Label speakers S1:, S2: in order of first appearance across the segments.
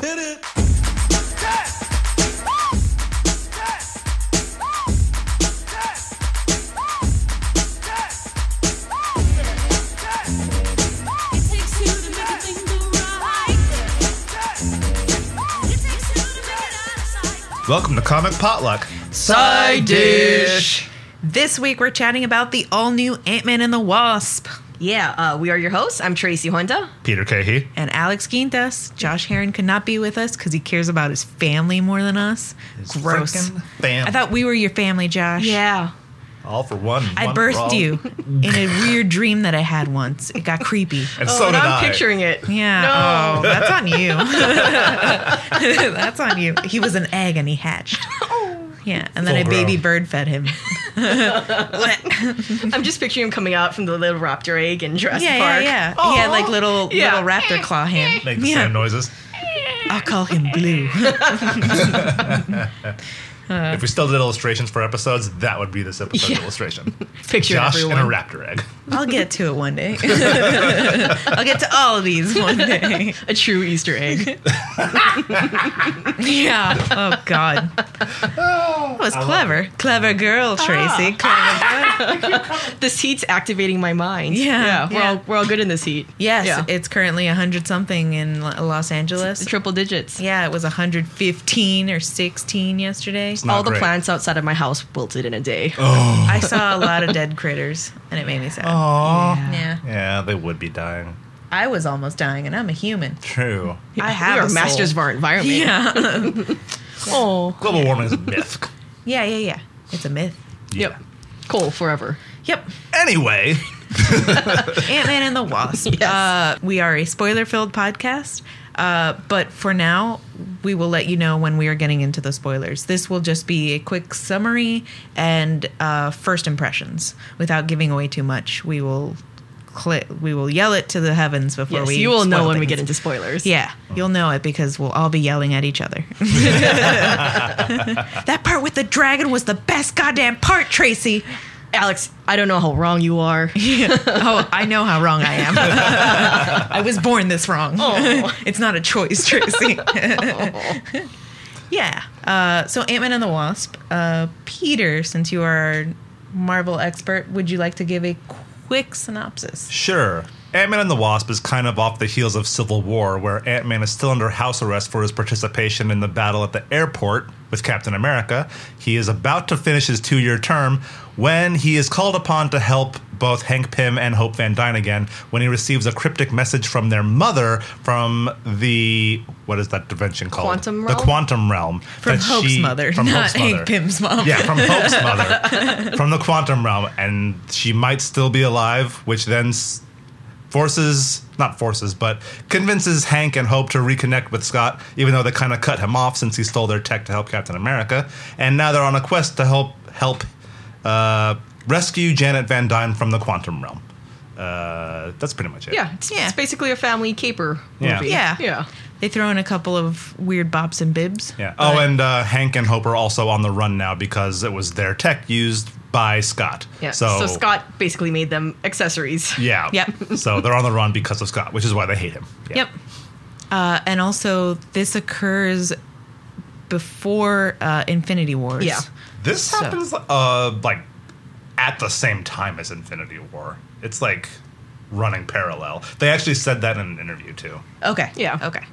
S1: hit it.
S2: Welcome to Comic Potluck.
S3: Side dish.
S4: This week we're chatting about the all new Ant Man and the Wasp.
S3: Yeah, uh, we are your hosts. I'm Tracy Honda.
S2: Peter Cahey.
S4: And Alex Guintas, Josh Heron could not be with us because he cares about his family more than us. Gross.
S2: Frickin' Bam.
S4: I thought we were your family, Josh.
S3: Yeah.
S2: All for one.
S4: I
S2: one for all.
S4: birthed you in a weird dream that I had once. It got creepy.
S2: And so did
S3: Oh, I'm
S2: I.
S3: picturing it.
S4: Yeah.
S3: No.
S4: Oh, that's on you. that's on you. He was an egg and he hatched.
S3: Oh.
S4: Yeah. And then
S2: Full
S4: a baby
S2: grown.
S4: bird fed him.
S3: I'm just picturing him coming out from the little raptor egg in Jurassic
S4: yeah,
S3: Park.
S4: yeah,
S2: Oh,
S4: yeah. He had like little
S3: Yeah.
S4: little raptor claw hand.
S2: Make the
S4: yeah.
S2: same noises.
S4: I'll call him Blue.
S2: if we still did illustrations for episodes, that would be this episode's
S3: Yeah.
S2: illustration.
S3: Picture
S2: Josh
S3: everyone.
S2: and a raptor egg.
S4: I'll get to it one day. I'll get to all of these one day.
S3: A true Easter egg.
S4: Yeah. Oh God. That was clever. Clever girl,
S3: Ah.
S4: Tracy. Clever girl.
S3: this heat's activating my mind.
S4: Yeah,
S3: We're,
S4: yeah.
S3: All, we're all good in this heat.
S4: Yes,
S3: Yeah.
S4: it's currently hundred something in L- Los Angeles.
S3: Triple digits.
S4: Yeah, it was 115 or 16 yesterday.
S2: not
S3: all the
S2: great.
S3: plants outside of my house wilted in a day.
S4: I saw a lot of dead critters, and it made me sad.
S2: Aww.
S4: Yeah,
S2: Oh. Yeah, they would be dying.
S4: I was almost dying, and I'm a human.
S2: True.
S4: I have
S3: we
S4: a
S3: are
S4: soul.
S3: masters of our environment.
S4: Yeah,
S3: Oh.
S2: Global warming is a myth.
S4: yeah, yeah, yeah. It's a myth.
S2: Yeah.
S3: Yep. Coal forever.
S4: Yep.
S2: Anyway,
S4: Ant Man and the Wasp. uh, we are a spoiler filled podcast, uh, but for now, we will let you know when we are getting into the spoilers. This will just be a quick summary and uh, first impressions without giving away too much. We will. Cli- we will yell it to the heavens before
S3: Yes,
S4: we.
S3: you will know
S4: spoil
S3: when we
S4: things.
S3: get into spoilers.
S4: Yeah, you'll know it because we'll all be yelling at each other. that part with the dragon was the best goddamn part, Tracy.
S3: Alex, I don't know how wrong you are.
S4: oh, I know how wrong I am. I was born this wrong. it's not a choice, Tracy. yeah. Uh, so Ant Man and the Wasp. Uh, Peter, since you are our Marvel expert, would you like to give a quick synopsis?
S2: sure. Ant Man and the Wasp is kind of off the heels of Civil War, where Ant Man is still under house arrest for his participation in the battle at the airport with Captain America. He is about to finish his two year term when he is called upon to help both Hank Pym and Hope Van Dyne again when he receives a cryptic message from their mother from the. What is that dimension called?
S3: Quantum
S2: The
S3: realm?
S2: quantum realm.
S4: From
S2: that
S4: Hope's
S2: she-
S4: mother,
S2: From
S4: not
S2: Hope's mother.
S4: Hank Pym's mom.
S2: Yeah, from Hope's mother, from the quantum realm, and she might still be alive, which then s- forces, not forces, but convinces Hank and Hope to reconnect with Scott, even though they kind of cut him off since he stole their tech to help Captain America, and now they're on a quest to help help uh, rescue Janet Van Dyne from the quantum realm. Uh, that's pretty much it.
S3: Yeah. It's,
S4: Yeah.
S3: it's basically a family caper
S2: Yeah.
S3: movie.
S4: Yeah.
S3: Yeah.
S4: They throw in a couple of weird bops and bibs.
S2: Yeah. Oh, and uh, Hank and Hope are also on the run now because it was their tech used by Scott.
S3: Yeah. so Scott basically made them accessories.
S2: Yeah.
S4: Yep.
S2: so they're on the run because of Scott, which is why they hate him. Yeah.
S4: Yep. Uh, and also, this occurs before uh, Infinity Wars.
S3: Yeah.
S2: This happens uh, like at the same time as Infinity War. It's like running parallel. They actually said that in an interview too.
S4: Okay.
S3: Yeah.
S4: Okay.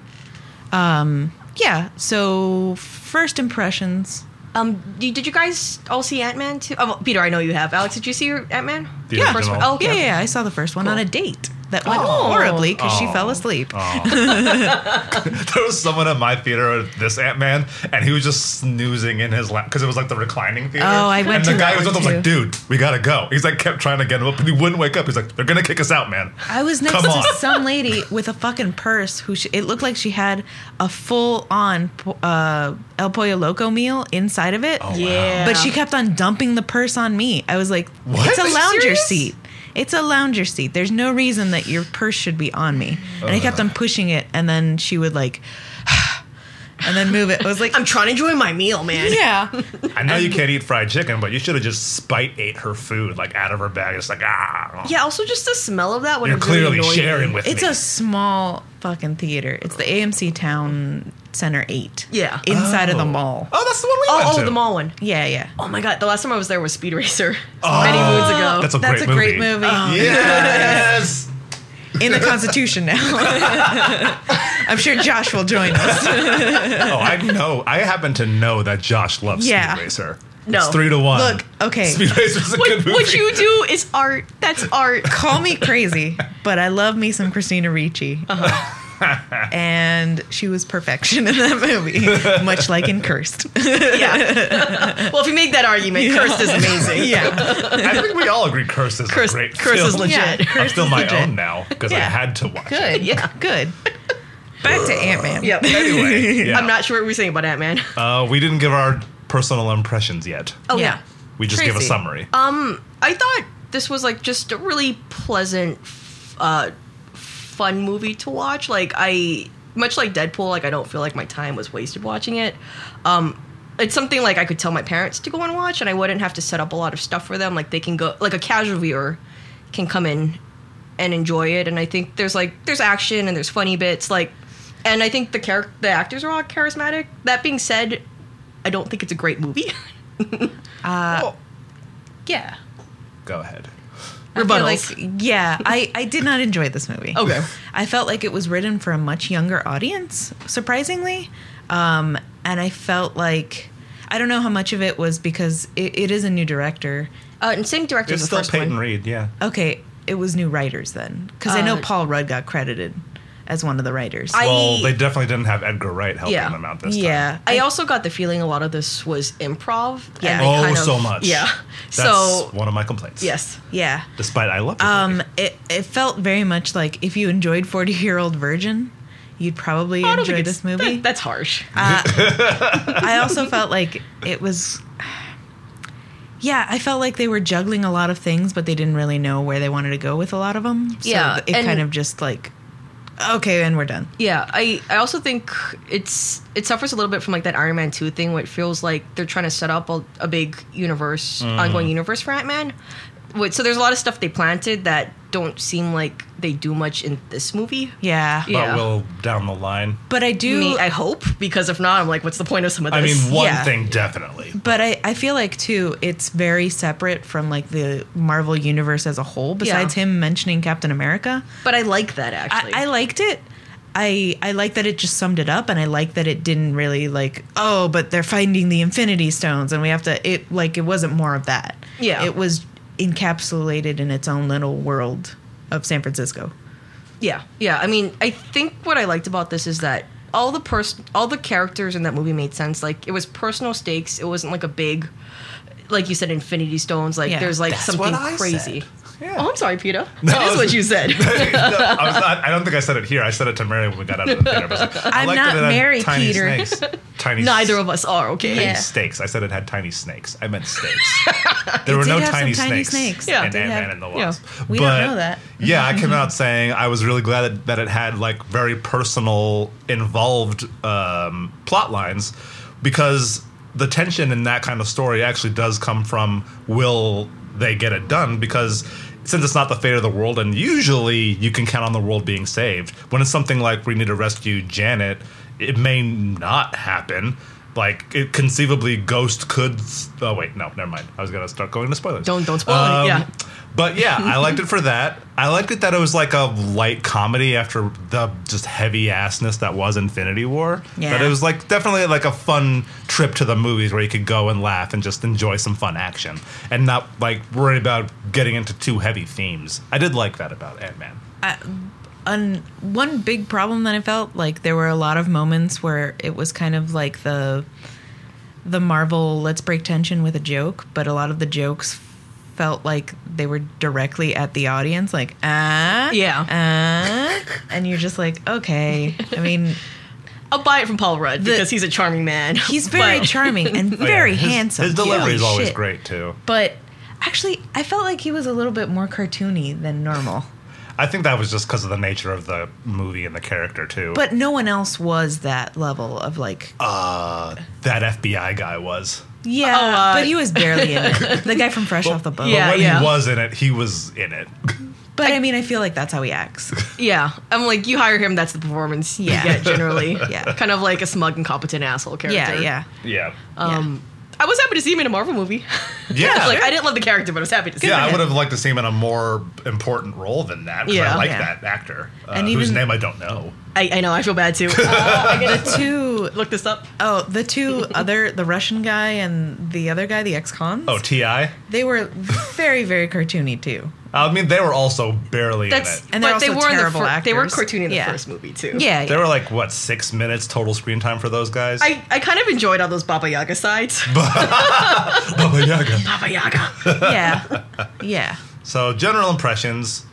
S4: Um, yeah. So, first impressions.
S3: Um, d- did you guys all see Ant Man too? Oh, well, Peter, I know you have. Alex, did you see Ant Man?
S2: The
S3: First one.
S2: original.
S3: Oh, okay.
S4: Yeah, yeah, yeah, I saw the first one on a date that went
S3: Oh.
S4: horribly because she
S2: Oh.
S4: fell asleep.
S2: There was someone at my theater, this Ant Man, and he was just snoozing in his lap because it was like the reclining theater.
S4: Oh, I went
S2: And
S4: to
S2: the
S4: that
S2: guy was
S4: one,
S2: up, I was like,
S4: too.
S2: "Dude, we gotta go." He's like, kept trying to get him up, but he wouldn't wake up. He's like, "They're gonna kick us out, man."
S4: I was next
S2: Come
S4: to
S2: on.
S4: some lady with a fucking purse who she, it looked like she had a full on uh, El Pollo Loco meal inside of
S2: Oh,
S4: it.
S3: Yeah.
S4: But she kept on dumping the purse on me. I was like,
S2: What?
S4: it's
S2: Are
S4: a
S2: you
S4: lounger
S3: serious?
S4: seat. It's a lounger seat. There's no reason that your purse should be on me. And I kept on pushing it, and then she would like and then move it. I was like,
S3: I'm trying to enjoy my meal, man.
S4: yeah.
S2: I know you can't eat fried chicken, but you should have just spite ate her food like out of her bag. It's like ah.
S3: Yeah, also just the smell of that when
S2: You're
S3: it really
S2: clearly
S3: annoyed
S2: sharing
S3: me.
S2: with
S4: It's
S2: me.
S4: a small fucking theater. It's the AMC Town Center 8.
S3: Yeah.
S4: Inside of the
S2: Oh.
S4: mall.
S2: oh, that's the one we
S3: Oh,
S2: went
S3: oh
S2: to.
S3: the mall one.
S4: Yeah, yeah.
S3: Oh my god, the last time I was there was Speed Racer
S2: Oh.
S3: many moons ago.
S2: That's a
S4: That's
S2: great movie.
S4: a great movie.
S2: Yes.
S3: Oh.
S4: In the Constitution now. I'm sure Josh will join us.
S2: oh, I know. I happen to know that Josh loves
S4: Yeah.
S2: Speed Racer.
S3: No.
S2: It's three to one.
S4: Look, okay.
S2: Speed Racer's a
S3: what,
S2: good movie.
S3: what you do is art. That's art.
S4: Call me crazy, but I love me some Christina Ricci. Uh-huh. and she was perfection in that movie, much like in Cursed.
S3: Yeah. well, if you make that argument, Cursed is amazing.
S4: yeah.
S2: I think we all agree Curse is
S3: Curse,
S2: a great
S3: Curse
S2: film.
S3: is legit.
S4: Yeah.
S2: I'm still
S4: is
S2: my
S4: legit.
S2: own now because I
S4: Yeah.
S2: had to watch it.
S4: Good.
S3: Yeah.
S4: Good. Back to Ant Man.
S3: Yep.
S2: Anyway, yeah.
S3: I'm not sure what we were saying about Ant Man.
S2: Uh, we didn't give our personal impressions yet.
S3: Oh
S4: Yeah.
S2: We just give a
S4: Tracy.
S2: summary.
S3: Uh, I thought this was like just a really pleasant, f- uh, fun movie to watch. Like I, much like Deadpool, like I don't feel like my time was wasted watching it. Um, it's something like I could tell my parents to go and watch, and I wouldn't have to set up a lot of stuff for them. Like they can go, like a casual viewer can come in and enjoy it. And I think there's like there's action and there's funny bits. Like, and I think the char- the actors are all charismatic. That being said, I don't think it's a great movie.
S4: Yeah.
S2: Go ahead.
S4: I feel
S3: Rebuttals.
S4: like- yeah, I, I did not enjoy this movie.
S3: Okay.
S4: I felt like it was written for a much younger audience, surprisingly. Um, and I felt like, I don't know how much of it was because it, it is a new director.
S3: Uh, and same director as
S2: It's
S3: the
S2: still
S3: first
S2: Peyton
S3: one.
S2: Reed, yeah.
S4: Okay, it was new writers then. Because I know
S3: Uh,
S4: Paul Rudd got credited as one of the writers.
S3: I-
S2: Well, they definitely didn't have Edgar Wright helping
S3: Yeah.
S2: them out this time.
S4: yeah.
S3: I also got the feeling a lot of this was improv. and
S4: Yeah.
S3: they
S2: Oh,
S3: kind of-
S2: so much.
S3: Yeah.
S2: That's
S3: so
S2: one of my complaints.
S3: yes.
S4: yeah.
S2: Despite I love it.
S4: Um, it, it felt very much like if you enjoyed 40 Year Old Virgin, you'd probably
S3: I don't
S4: enjoy
S3: think
S4: this
S3: it's-
S4: movie.
S3: that- that's harsh.
S4: I also felt like it was. Yeah, I felt like they were juggling a lot of things, but they didn't really know where they wanted to go with a lot of them. So
S3: Yeah,
S4: it
S3: and-
S4: kind of just like, okay, and we're done.
S3: yeah. I I also think it's it suffers a little bit from like that Iron Man two thing, where it feels like they're trying to set up a, a big universe, ongoing universe for Ant Man. So there's a lot of stuff they planted that don't seem like they do much in this movie.
S4: Yeah,
S2: but
S3: yeah.
S2: we'll down the line.
S4: but I do.
S3: Me, I hope because if not, I'm like, what's the point of some of
S2: I
S3: this?
S2: mean, one
S4: yeah.
S2: thing definitely.
S4: but I, I feel like too it's very separate from like the Marvel universe as a whole. Besides him mentioning Captain America,
S3: but I like that actually.
S4: I, I liked it. I I like that it just summed it up, and I like that it didn't really like oh, but they're finding the Infinity Stones, and we have to it like it wasn't more of that.
S3: Yeah.
S4: it was encapsulated in its own little world of San Francisco.
S3: Yeah, yeah. I mean, I think what I liked about this is that all the person, all the characters in that movie made sense. Like it was personal stakes. It wasn't like a big, like you said, Infinity Stones. Like
S4: Yeah.
S3: there's like
S2: That's
S3: something
S2: what I
S3: crazy.
S2: said. Yeah.
S3: Oh, I'm sorry, Peter.
S2: No,
S3: that
S2: I
S3: is
S2: was-
S3: what you said.
S2: No, I, was not, I don't think I said it here. I said it to Mary when we got out of the theater. I was like, I
S4: I'm
S2: liked
S4: not
S2: that it had
S4: Mary,
S2: tiny
S4: Peter.
S2: Snakes. Tiny
S3: Neither
S2: s-
S3: of us are okay.
S2: tiny
S4: Yeah.
S2: snakes. I said it had tiny snakes. I meant snakes. there were
S4: did
S2: no
S4: have
S2: tiny,
S4: some tiny
S2: snakes,
S4: snakes.
S3: Yeah,
S2: in
S3: it did
S2: Ant Man
S4: have-
S2: and the
S3: yeah.
S2: Wasp.
S4: We don't know that.
S2: yeah, I came out saying I was really glad that, that it had like very personal, involved um, plot lines because the tension in that kind of story actually does come from will they get it done because. Since it's not the fate of the world, and usually you can count on the world being saved. When it's something like we need to rescue Janet, it may not happen. Like it conceivably, Ghost could. s- Oh wait, no, never mind. I was gonna start going to spoilers. Um,
S3: Don't- don't spoil it, yeah.
S2: But yeah, I liked it for that. I liked it that it was like a light comedy after the just heavy assness that was Infinity War.
S4: Yeah.
S2: That it was like definitely like a fun trip to the movies where you could go and laugh and just enjoy some fun action and not like worry about getting into too heavy themes. I did like that about Ant Man.
S4: un, one big problem that I felt like there were a lot of moments where it was kind of like the the Marvel let's break tension with a joke, but a lot of the jokes felt like they were directly at the audience, like ah
S3: Um, Yeah.
S4: ah, and you're just like okay. I mean,
S3: I'll buy it from Paul Rudd because he's a charming man.
S4: he's very
S3: But-
S4: charming and very
S2: Oh, his,
S4: handsome.
S2: His delivery is
S4: Holy
S2: always
S4: shit.
S2: great too.
S4: but actually, I felt like he was a little bit more cartoony than normal.
S2: I think that was just because of the nature of the movie and the character too.
S4: But no one else was that level of like.
S2: uh, that FBI guy was.
S4: yeah,
S3: Oh, uh,
S4: but he was barely in it. The guy from Fresh Off the Boat.
S3: Yeah,
S2: but when
S3: yeah.
S2: he was in it, he was in it.
S4: But I mean, I feel like that's how he acts.
S3: Yeah, I'm like you hire him. That's the performance. Yeah,
S4: Yeah.
S3: you get generally.
S4: Yeah.
S3: kind of like a smug, incompetent asshole character.
S4: Yeah, yeah.
S2: yeah.
S3: Um, I was happy to see him in a Marvel movie.
S2: Yeah.
S3: like I didn't love the character, but I was happy to see
S2: yeah,
S3: him.
S2: I would have liked to see him in a more important role than that. 'cause
S3: Yeah.
S2: I like
S4: Yeah.
S2: that actor, uh,
S4: And
S2: whose
S4: even-
S2: name I don't know.
S3: I, I know. I feel bad too. Uh, I gotta
S4: The two,
S3: look this up.
S4: oh, the two other, the Russian guy and the other guy, the ex-cons.
S2: Oh, Ti.
S4: they were very, very cartoony too.
S2: I mean, they were also barely
S3: That's
S2: in it.
S4: And
S3: but
S4: they're
S3: they
S4: also
S3: were in the
S4: terrible
S3: fir- They were
S4: actors.
S3: cartoony in the
S4: Yeah.
S3: first movie too.
S4: Yeah,
S2: They were like what six minutes total screen time for those guys.
S3: I, I kind of enjoyed all those Baba Yaga sides.
S2: Baba Yaga.
S3: Baba Yaga.
S4: yeah, yeah.
S2: So, general impressions.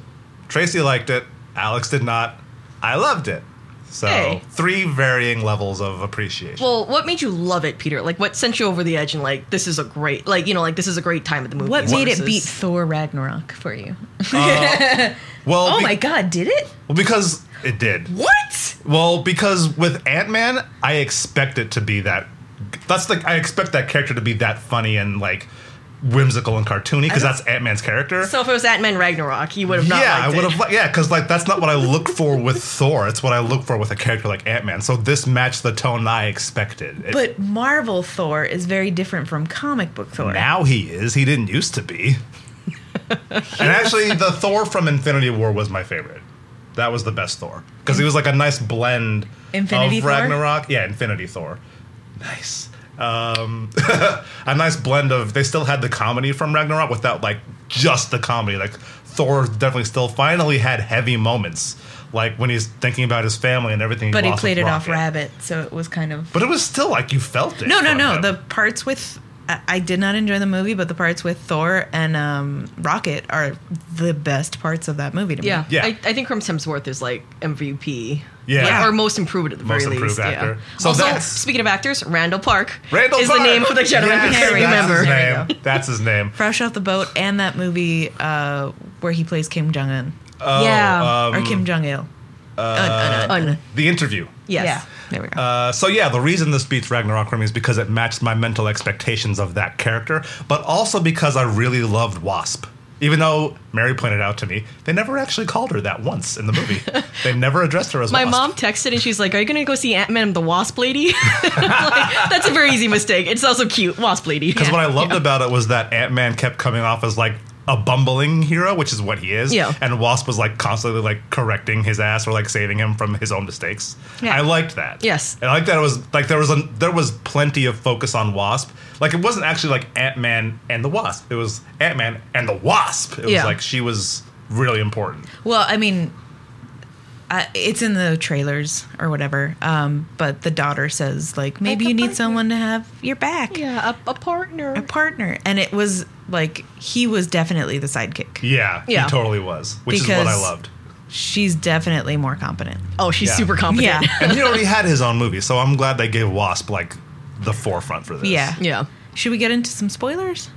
S2: Tracy liked it. Alex did not. I loved it. So,
S3: Hey.
S2: three varying levels of appreciation.
S3: Well, what made you love it, Peter? Like, what sent you over the edge and like this is a great, like you know, like this is a great time at the movie.
S4: What made it beat Thor Ragnarok for you?
S2: Well,
S4: Oh
S2: be-
S4: my God, did it?
S2: well, because it did.
S4: What?
S2: Well, because with Ant Man, I expect it to be that. That's the I expect that character to be that funny and like whimsical and cartoony because that's Ant Man's character.
S3: So if it was Ant Man Ragnarok, you would have not.
S2: yeah, I
S3: liked
S2: would
S3: it.
S2: have. Li- yeah, because like that's not what I look for with Thor. It's what I look for with a character like Ant Man. So this matched the tone I expected. It-
S4: But Marvel Thor is very different from comic book Thor.
S2: Now he is. He didn't used to be. and actually, the Thor from Infinity War was my favorite. That was the best Thor because he was like a nice blend
S4: Infinity
S2: of
S4: Thor?
S2: Ragnarok. Yeah, Infinity Thor. Nice. Um, a nice blend of. They still had the comedy from Ragnarok without like just the comedy. Like Thor definitely still finally had heavy moments, like when he's thinking about his family and everything.
S4: but he
S2: lost
S4: played it
S2: with
S4: off
S2: Rocket.
S4: Rabbit, so it was kind of
S2: But it was still like you felt it.
S4: no, no,
S2: from
S4: no.
S2: him.
S4: The parts with I, I did not enjoy the movie, but the parts with Thor and um, Rocket are the best parts of that movie to me.
S3: Yeah,
S2: Yeah.
S3: I, I think Chris Hemsworth is like MVP.
S2: Yeah.
S3: or most improved at the
S2: Most
S3: very
S2: improved
S3: least.
S2: actor.
S3: Yeah.
S2: So
S3: also,
S2: that's-
S3: speaking of actors, Randall Park
S2: Randall
S3: is
S2: Park.
S3: the name of the gentleman
S2: Yes,
S3: I
S4: There we go.
S3: remember.
S4: There
S2: That's
S4: we
S2: his name. That's his name.
S4: Fresh off the boat, and that movie uh, where he plays Kim Jong Un
S2: Oh,
S3: yeah.
S4: or Kim Jong Il.
S2: um,
S3: Un-
S2: The interview.
S3: yes.
S4: Yeah, there we go.
S2: Uh, so yeah, the reason this beats Ragnarok for me is because it matched my mental expectations of that character, but also because I really loved Wasp. Even though Mary pointed out to me, they never actually called her that once in the movie. they never addressed her as
S3: My
S2: Wasp.
S3: mom texted and she's like, "Are you gonna go see Ant Man and the Wasp Lady?" like, that's a very easy mistake. It's also cute, Wasp Lady.
S2: Because what I loved about it was that Ant Man kept coming off as like a bumbling hero, which is what he is.
S3: Yeah.
S2: And Wasp was like constantly like correcting his ass or like saving him from his own mistakes.
S4: Yeah.
S2: I liked that.
S3: Yes.
S2: And I liked that it was like there was a there was plenty of focus on Wasp. Like it wasn't actually like Ant Man and the Wasp. It was Ant Man and the Wasp. It
S3: Yeah.
S2: was like she was really important.
S4: Well, I mean, I, it's in the trailers or whatever. Um, but the daughter says like
S3: Like
S4: maybe
S3: a
S4: you need
S3: partner.
S4: someone to have your back,
S3: yeah, a, a partner.
S4: a partner, and it was like he was definitely the sidekick.
S2: Yeah.
S3: Yeah.
S2: He totally was. Which is what I
S4: Because-
S2: loved.
S4: She's definitely more competent.
S3: oh, she's
S2: Yeah.
S3: super competent.
S4: Yeah.
S2: And he already had his own movie, so I'm glad they gave Wasp like the forefront for this.
S4: Yeah.
S3: yeah.
S4: Should we get into some spoilers?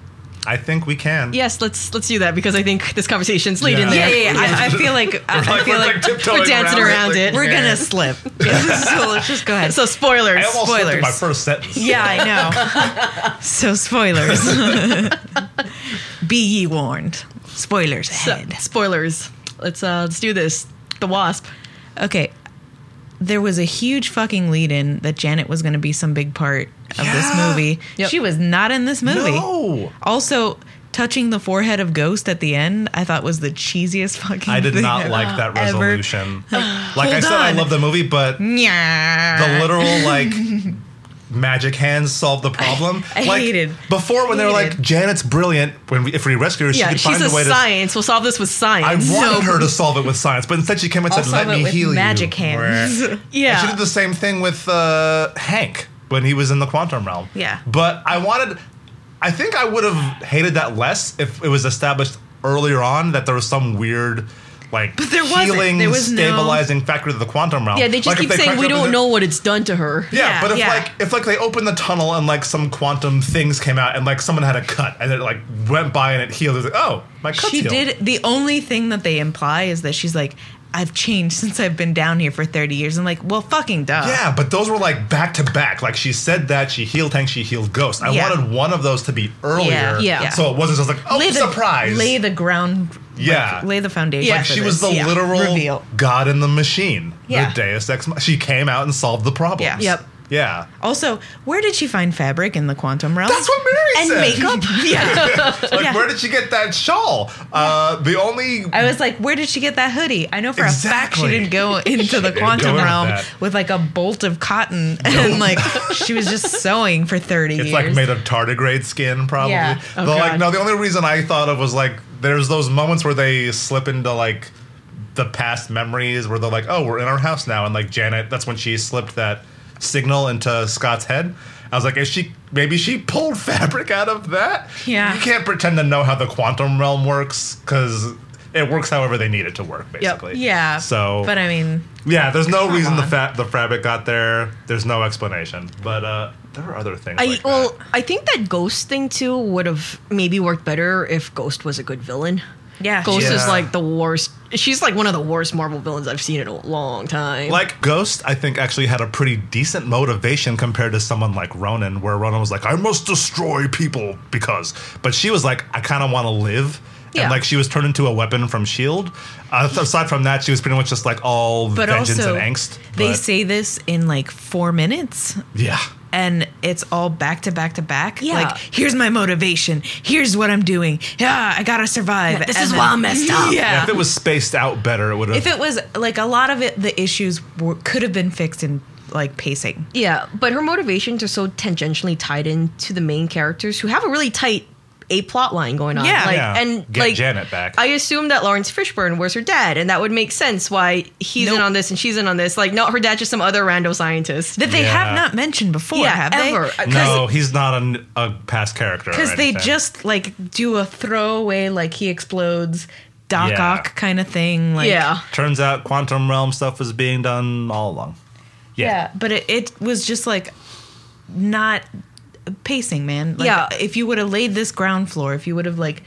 S2: I think we can.
S3: Yes, let's let's do that because I think this conversation's leading
S2: Yeah.
S3: there.
S4: I, I feel like I, I feel like
S2: tiptoeing
S3: we're dancing around it.
S4: we're gonna slip. so let's just go ahead.
S3: So spoilers.
S2: I almost slipped in my
S4: spoilers.
S2: first sentence.
S4: Yeah, I know. so spoilers. Be ye warned. Spoilers
S3: So,
S4: ahead.
S3: spoilers. Let's uh let's do this. The Wasp.
S4: Okay. There was a huge fucking lead in that Janet was going to be some big part of this
S2: Yeah.
S4: movie.
S3: Yep.
S4: She was not in this movie.
S2: No.
S4: Also, touching the forehead of Ghost at the end, I thought was the cheesiest fucking
S2: I did
S4: thing
S2: not like that
S4: ever.
S2: resolution. like I
S4: hold
S2: said, I
S4: on.
S2: love the movie, but the
S4: Yeah.
S2: literal like magic hands solved the problem.
S4: I
S2: like,
S4: hated-
S2: Before when they were like,
S4: hated.
S2: Janet's brilliant. When we, if we rescue her, she
S3: Yeah,
S2: could
S3: she's
S2: find
S3: a
S2: a way to.
S3: science. We'll solve this with
S2: I
S3: science.
S2: wanted her to solve it with science, but instead she came and
S4: I'll
S2: said, "Let
S4: solve it
S2: me
S4: with
S2: heal you."
S4: magic hands.
S2: And
S3: Yeah.
S2: she did the same thing with uh, Hank when he was in the quantum realm.
S4: Yeah.
S2: but I wanted. I think I would have hated that less if it was established earlier on that there was some weird like
S4: But there wasn't.
S2: healing,
S4: There was no-
S2: stabilizing factor to the quantum realm.
S3: Yeah, they just
S2: Like, if
S3: keep saying
S2: cracked
S3: we
S2: open
S3: don't
S2: the-
S3: know what it's done to her.
S2: Yeah,
S4: Yeah,
S2: but if
S4: yeah.
S2: like if like they opened the tunnel and like some quantum things came out and like someone had a cut and it like went by and it healed, it was like, oh, my cut's
S4: she
S2: healed.
S4: did the only thing that they imply is that she's like i've changed since i've been down here for 30 years i'm like well fucking duh
S2: Yeah, but those were like back to back. Like she said that she healed Hank, she healed Ghost. I
S4: Yeah.
S2: wanted one of those to be earlier,
S4: Yeah,
S3: yeah.
S2: So it wasn't just like oh
S4: lay the
S2: surprise.
S4: lay the ground
S2: Yeah.
S4: like, lay the foundation
S3: Like,
S4: for
S2: she was
S4: this.
S2: the
S4: Yeah.
S2: literal
S4: reveal
S2: god in the machine.
S4: Yeah.
S2: The Deus Ex. She came out and solved the problems.
S4: Yeah.
S3: Yep.
S2: Yeah.
S4: also where did she find fabric in the quantum realm
S2: That's what
S3: And
S2: Mary said.
S3: makeup. Yeah.
S2: Like,
S4: Yeah.
S2: where did she get that shawl? Uh, the only
S4: I was like, where did she get that hoodie? I know for a fact she
S2: Exactly.
S4: didn't go into the
S2: didn't
S4: quantum
S2: go with
S4: realm
S2: that.
S4: with like a bolt of cotton and like she was just sewing for 30
S2: It's
S4: years.
S2: like made of tardigrade skin, probably.
S4: Yeah.
S2: Though,
S3: Oh,
S2: like,
S3: God.
S2: no, the only reason I thought of was like, there's those moments where they slip into like the past memories where they're like, oh, we're in our house now. And like Janet, that's when she slipped that signal into Scott's head. I was like, is she, maybe she pulled fabric out of that?
S4: Yeah.
S2: You can't pretend to know how the quantum realm works because it works however they need it to work, basically.
S4: yeah.
S2: So,
S4: But I mean,
S2: yeah, there's no
S4: Come
S2: reason the
S4: on.
S2: fa- the fabric got there. There's no explanation. But uh, there are other things.
S3: I
S2: like that.
S3: well, I think that Ghost thing too would have maybe worked better if Ghost was a good villain.
S4: yeah.
S3: Ghost
S4: she-
S2: Yeah.
S3: is like the worst. She's like one of the worst Marvel villains I've seen in a long time.
S2: Like Ghost, I think actually had a pretty decent motivation compared to someone like Ronan, where Ronan was like, "I must destroy people because," but she was like, "I kind of want to live."
S3: Yeah.
S2: And like she was turned into a weapon from Shield. Uh, aside from that, she was pretty much just like all
S4: but
S2: vengeance
S4: also,
S2: and angst.
S4: they
S2: but-
S4: say this in like four minutes
S2: "Yeah,
S4: and it's all back to back to back.
S3: Yeah.
S4: Like, here's my motivation. Here's what I'm doing. Yeah, I gotta survive.
S3: Yeah, this
S4: And
S3: is why I messed up.
S4: Yeah.
S2: If it was spaced out better, it would
S4: if
S2: have."
S4: it was like a lot of it, the issues were, could have been fixed in like pacing.
S3: yeah, but her motivations are so tangentially tied into the main characters who have a really tight a plot line going on.
S4: Yeah.
S3: like,
S2: Yeah,
S3: and
S2: get
S3: like
S2: Janet back.
S3: I assume that Lawrence Fishburne was her dad, and that would make sense why he's in
S4: Nope.
S3: on this and she's in on this. Like, not her dad, just some other rando scientist.
S4: that they
S2: Yeah.
S4: have not mentioned before,
S3: Yeah,
S4: have they?
S3: ever.
S2: No, he's not a, a past character. or
S4: Because they
S2: anything.
S4: just like do a throwaway, like he explodes, Doc
S2: Yeah.
S4: Ock kind of thing. Like,
S3: yeah,
S2: turns out quantum realm stuff was being done all along.
S4: yeah. But it, it was just like not pacing, man. Like,
S3: Yeah.
S4: If you would have laid this ground floor, if you would have like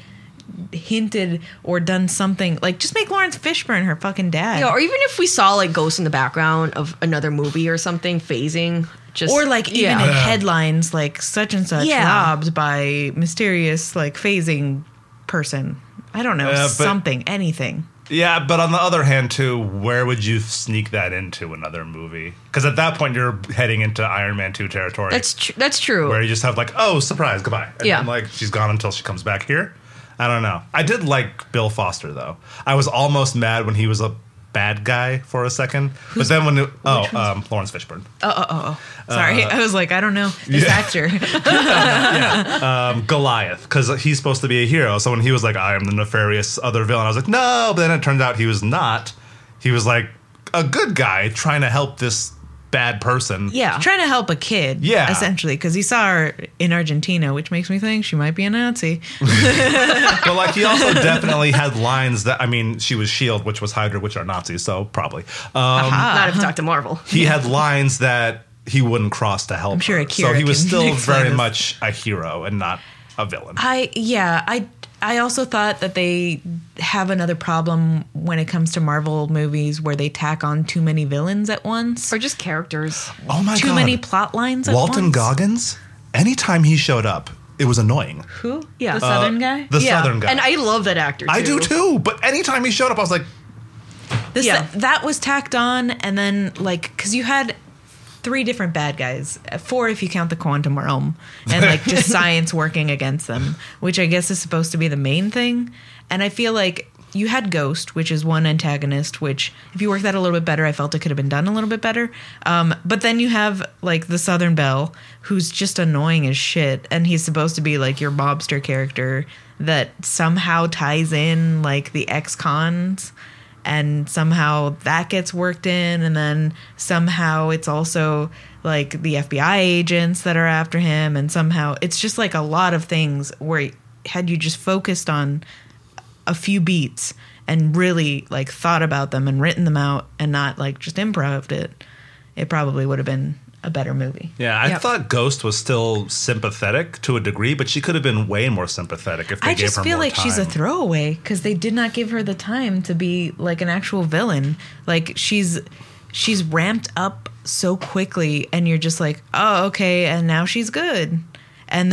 S4: hinted or done something, like just make Lawrence Fishburne her fucking dad.
S3: yeah. Or even if we saw like ghosts in the background of another movie or something phasing, just
S4: or like even
S3: yeah.
S4: in headlines like such and such
S3: Yeah.
S4: robbed by mysterious like phasing person i don't know
S2: Uh, but-
S4: something anything
S2: Yeah, but on the other hand, too, where would you sneak that into another movie? Because at that point, you're heading into Iron Man two territory,
S3: that's tr- that's true.
S2: where you just have like, oh, surprise, goodbye, and
S3: Yeah.
S2: then, like she's gone until she comes back here. I don't know. I did like Bill Foster though. I was almost mad when he was a bad guy for a second, but then when it, oh, um, Lawrence Fishburne.
S4: Sorry, I was like, I don't know this
S2: Uh, yeah.
S4: actor.
S2: um, Goliath because he's supposed to be a hero. So when he was like, "I am the nefarious other villain," I was like, "No!" But then it turned out he was not. He was like a good guy trying to help this bad person.
S3: yeah,
S4: Trying to help a kid,
S2: Yeah.
S4: essentially, because he saw her in Argentina, which makes me think she might be a Nazi.
S2: but like he also definitely had lines that I mean, she was Shield, which was Hydra, which are Nazis, so probably. Um,
S3: not if Doctor Marvel.
S2: he had lines that he wouldn't cross to help. I'm
S4: sure
S2: so
S4: Akira
S2: he was
S4: can Uh,
S2: still
S4: explain
S2: very
S4: this.
S2: much a hero and not a villain.
S4: I yeah, I I also thought that they have another problem when it comes to Marvel movies where they tack on too many villains at once,
S3: Or just characters.
S2: oh my
S4: too
S2: god!
S4: many plot lines. At
S2: Walton
S4: once.
S2: Goggins. Anytime he showed up, it was annoying.
S4: who?
S3: Yeah.
S4: the
S3: Uh,
S4: Southern guy.
S2: The Southern guy.
S3: And I love that actor. Too.
S2: I do too. But anytime he showed up, I was like,
S4: This,
S3: Yeah.
S4: That was tacked on, and then like because you had three different bad guys, uh, four if you count the quantum realm, and like just science working against them, which I guess is supposed to be the main thing. And I feel like you had Ghost, which is one antagonist, which if you work that a little bit better, I felt it could have been done a little bit better. Um, but then you have like the Southern Belle, who's just annoying as shit, and he's supposed to be like your mobster character that somehow ties in like the ex cons and somehow that gets worked in and then somehow it's also like the FBI agents that are after him and somehow it's just like a lot of things where had you just focused on a few beats and really like thought about them and written them out and not like just improvised it, it probably would have been a better movie.
S2: Yeah, I
S3: Yep.
S2: thought Ghost was still sympathetic to a degree, but she could have been way more sympathetic if they
S4: I
S2: gave
S4: just
S2: her
S4: feel
S2: more
S4: like she's a
S2: time.
S4: throwaway because they did not give her the time to be like an actual villain. Like she's she's ramped up so quickly, and you're just like, oh, okay, and now she's good. And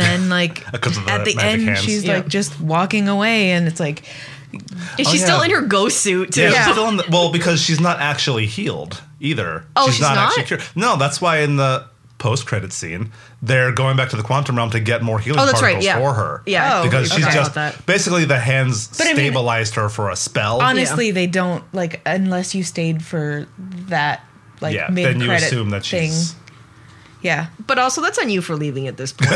S4: then like
S2: 'Cause of the
S4: at the
S2: magic
S4: end,
S2: hands.
S4: she's
S3: Yeah.
S4: like just walking away, and it's like,
S3: And she's
S2: Oh, yeah.
S3: still in her ghost suit too.
S2: Yeah,
S4: Yeah.
S2: she's still in the, well because she's not actually healed either.
S3: Oh, she's not?
S2: actually cured. No, that's why in the post-credit scene they're going back to the quantum realm to get more healing
S3: Oh, that's right,
S2: particles
S3: yeah.
S2: for her.
S3: Yeah.
S4: Oh,
S2: because she's
S4: okay.
S2: just
S3: About that.
S2: basically the hands
S4: I mean-
S2: stabilized her for a spell.
S4: honestly, they don't like unless you stayed for that like
S2: yeah,
S4: mid
S2: then you
S4: credit
S2: assume that
S4: thing.
S2: she's
S4: Yeah,
S3: But also, that's on you for leaving at this point.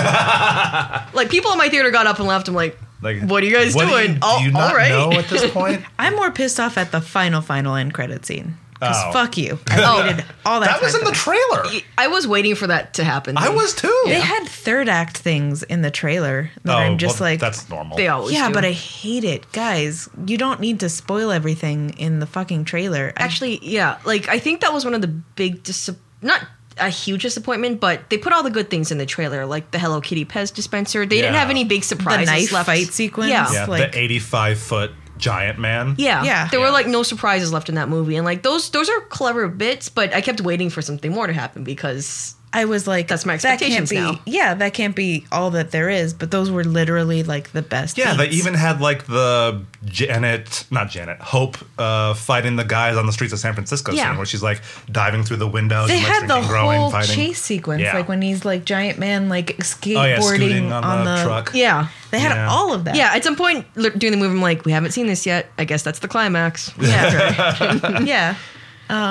S3: like people in my theater got up and left. I'm like,
S2: like,
S3: what are you guys
S2: what
S3: doing?
S2: Do you,
S3: all,
S2: do you not
S3: all right.
S2: know at this point?
S4: I'm more pissed off at the final final end credit scene. Cause
S2: Oh.
S4: fuck you. I waited all that.
S2: that was
S4: time
S2: in
S4: for
S2: the trailer.
S3: I was waiting for that to happen.
S2: I was too.
S4: They had third act things in the trailer that
S2: Oh,
S4: I'm just
S2: well,
S4: like,
S2: that's normal.
S3: They always
S4: yeah,
S3: do.
S4: but I hate it, guys. You don't need to spoil everything in the fucking trailer. I-
S3: actually, yeah. Like I think that was one of the big dis- not a huge disappointment, but they put all the good things in the trailer, like the Hello Kitty Pez dispenser. They didn't
S2: Yeah.
S3: have any big surprises.
S4: knife
S3: left.
S4: fight sequence?
S3: Yeah.
S2: yeah,
S3: Yeah.
S4: like-
S2: the 85 foot giant man.
S4: Yeah.
S3: There
S2: Yeah.
S3: were like no surprises left in that movie, and like those those are clever bits, but I kept waiting for something more to happen because
S4: I was like,
S3: That's my
S4: that can't
S3: expectations
S4: be-
S3: now.
S4: Yeah, that can't be all that there is. But those were literally like the best.
S2: Yeah, they
S4: beats.
S2: even had like the Janet, not Janet, Hope uh, fighting the guys on the streets of San Francisco
S3: Yeah.
S2: scene where she's like diving through the windows.
S4: They
S2: and, like,
S4: had the
S2: shrinking, growing,
S4: whole
S2: fighting.
S4: chase sequence,
S2: Yeah.
S4: like when he's like giant man, like skateboarding
S2: Oh yeah, scooting on,
S4: on
S2: the, truck.
S3: yeah,
S4: They had
S2: Yeah.
S4: all of that.
S3: yeah. At some point l- during the movie, I'm like, we haven't seen this yet. I guess that's the climax.
S4: yeah, yeah.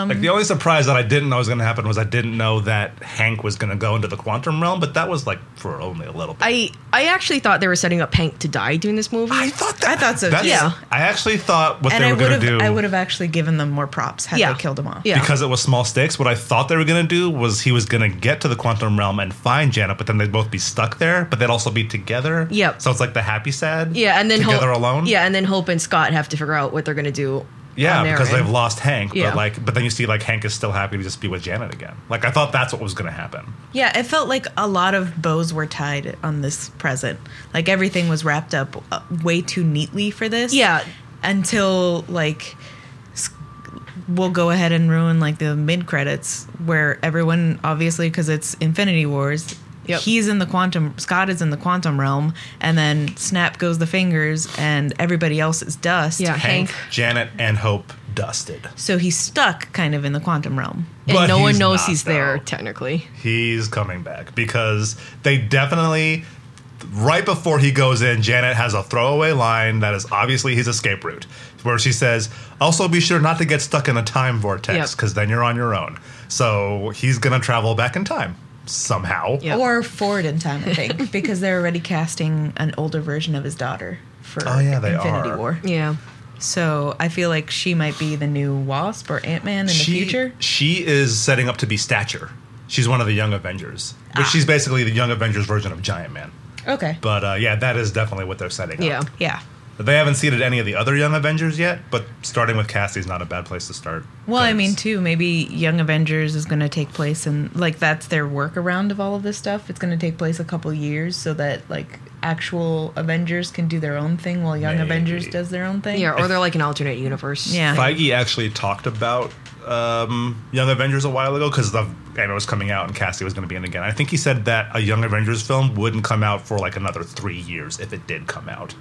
S2: Like the only surprise that I didn't know was going to happen was I didn't know that Hank was going to go into the quantum realm, but that was like for only a little bit.
S3: I I actually thought they were setting up Hank to die during this movie.
S2: I thought that.
S4: I thought so,
S2: that's-
S3: yeah.
S2: I actually thought what
S4: And
S2: they
S4: I
S2: were
S4: would
S2: going to do.
S4: have, I would have actually given them more props had
S3: Yeah.
S4: they killed them off.
S3: Yeah.
S2: because it was small stakes, what I thought they were going to do was he was going to get to the quantum realm and find Janet, but then they'd both be stuck there, but they'd also be together.
S3: Yep.
S2: So it's like the happy sad.
S3: yeah, and then
S2: together
S3: Hope,
S2: alone.
S3: Yeah, and then Hope and Scott have to figure out what they're gonna do.
S2: Yeah,
S3: on their
S2: because
S3: end.
S2: they've lost Hank,
S3: Yeah.
S2: but like, but then you see like Hank is still happy to just be with Janet again. Like I thought that's what was going to happen.
S4: Yeah, it felt like a lot of bows were tied on this present. Like everything was wrapped up uh, way too neatly for this.
S3: Yeah.
S4: Until like s- we'll go ahead and ruin like the mid credits where everyone obviously cuz it's Infinity Wars.
S3: Yep.
S4: He's in the quantum Scott is in the quantum realm and then snap goes the fingers and everybody else is dust.
S3: Yeah.
S2: Hank,
S3: Hank.
S2: Janet, and Hope dusted.
S4: So he's stuck kind of in the quantum realm.
S3: and
S2: But
S3: no one
S2: he's
S3: knows
S2: not,
S3: he's there
S2: though.
S3: technically.
S2: He's coming back because they definitely. Right before he goes in, Janet has a throwaway line that is obviously his escape route, where she says, "Also, be sure not to get stuck in a time vortex,
S3: Yep.
S2: because then you're on your own." So he's gonna travel back in time somehow.
S3: Yep.
S4: Or forward in time, I think, because they're already casting an older version of his daughter for
S2: Oh, yeah, they
S4: Infinity
S2: are.
S4: War.
S3: Yeah.
S4: So I feel like she might be the new Wasp or Ant Man in
S2: she,
S4: the future.
S2: She is setting up to be Stature. She's one of the Young Avengers, which she's basically the Young Avengers version of Giant Man.
S4: Okay.
S2: But uh, yeah, that is definitely what they're setting
S3: Yeah.
S2: up.
S4: yeah.
S2: They haven't seeded any of the other Young Avengers yet, but starting with Cassie's not a bad place to start.
S4: Well, I
S2: 'cause-
S4: mean, too, maybe Young Avengers is going to take place, and like that's their workaround of all of this stuff. It's going to take place a couple years so that like actual Avengers can do their own thing while Young
S2: Maybe.
S4: Avengers does their own thing.
S3: Yeah, or they're like an alternate universe.
S4: Yeah.
S2: Feige actually talked about um, Young Avengers a while ago because the and it was coming out and Cassie was going to be in again. I think he said that a Young Avengers film wouldn't come out for like another three years if it did come out.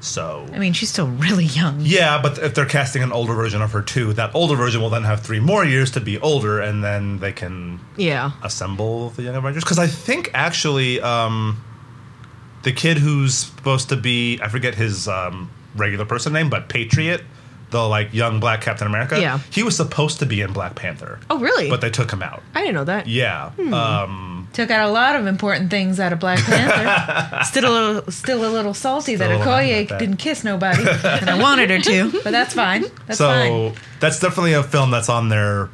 S2: So
S4: I mean, she's still really young.
S2: Yeah, but if they're casting an older version of her too, that older version will then have three more years to be older, and then they can
S3: Yeah.
S2: assemble the Young Avengers. Because I think actually, um, the kid who's supposed to be—I forget his um, regular person name, but Patriot, the like young black Captain America.
S3: Yeah.
S2: he was supposed to be in Black Panther,
S3: Oh really?
S2: but they took him out.
S3: I didn't know that.
S2: Yeah,
S4: Hmm,
S2: um,
S4: Took out a lot of important things out of Black Panther. still a little, still a little salty
S2: a
S4: that
S2: little mad at
S4: Okoye
S2: that.
S4: didn't kiss nobody, and I wanted her to, but that's fine. That's
S2: so
S4: fine.
S2: that's definitely a film that's on their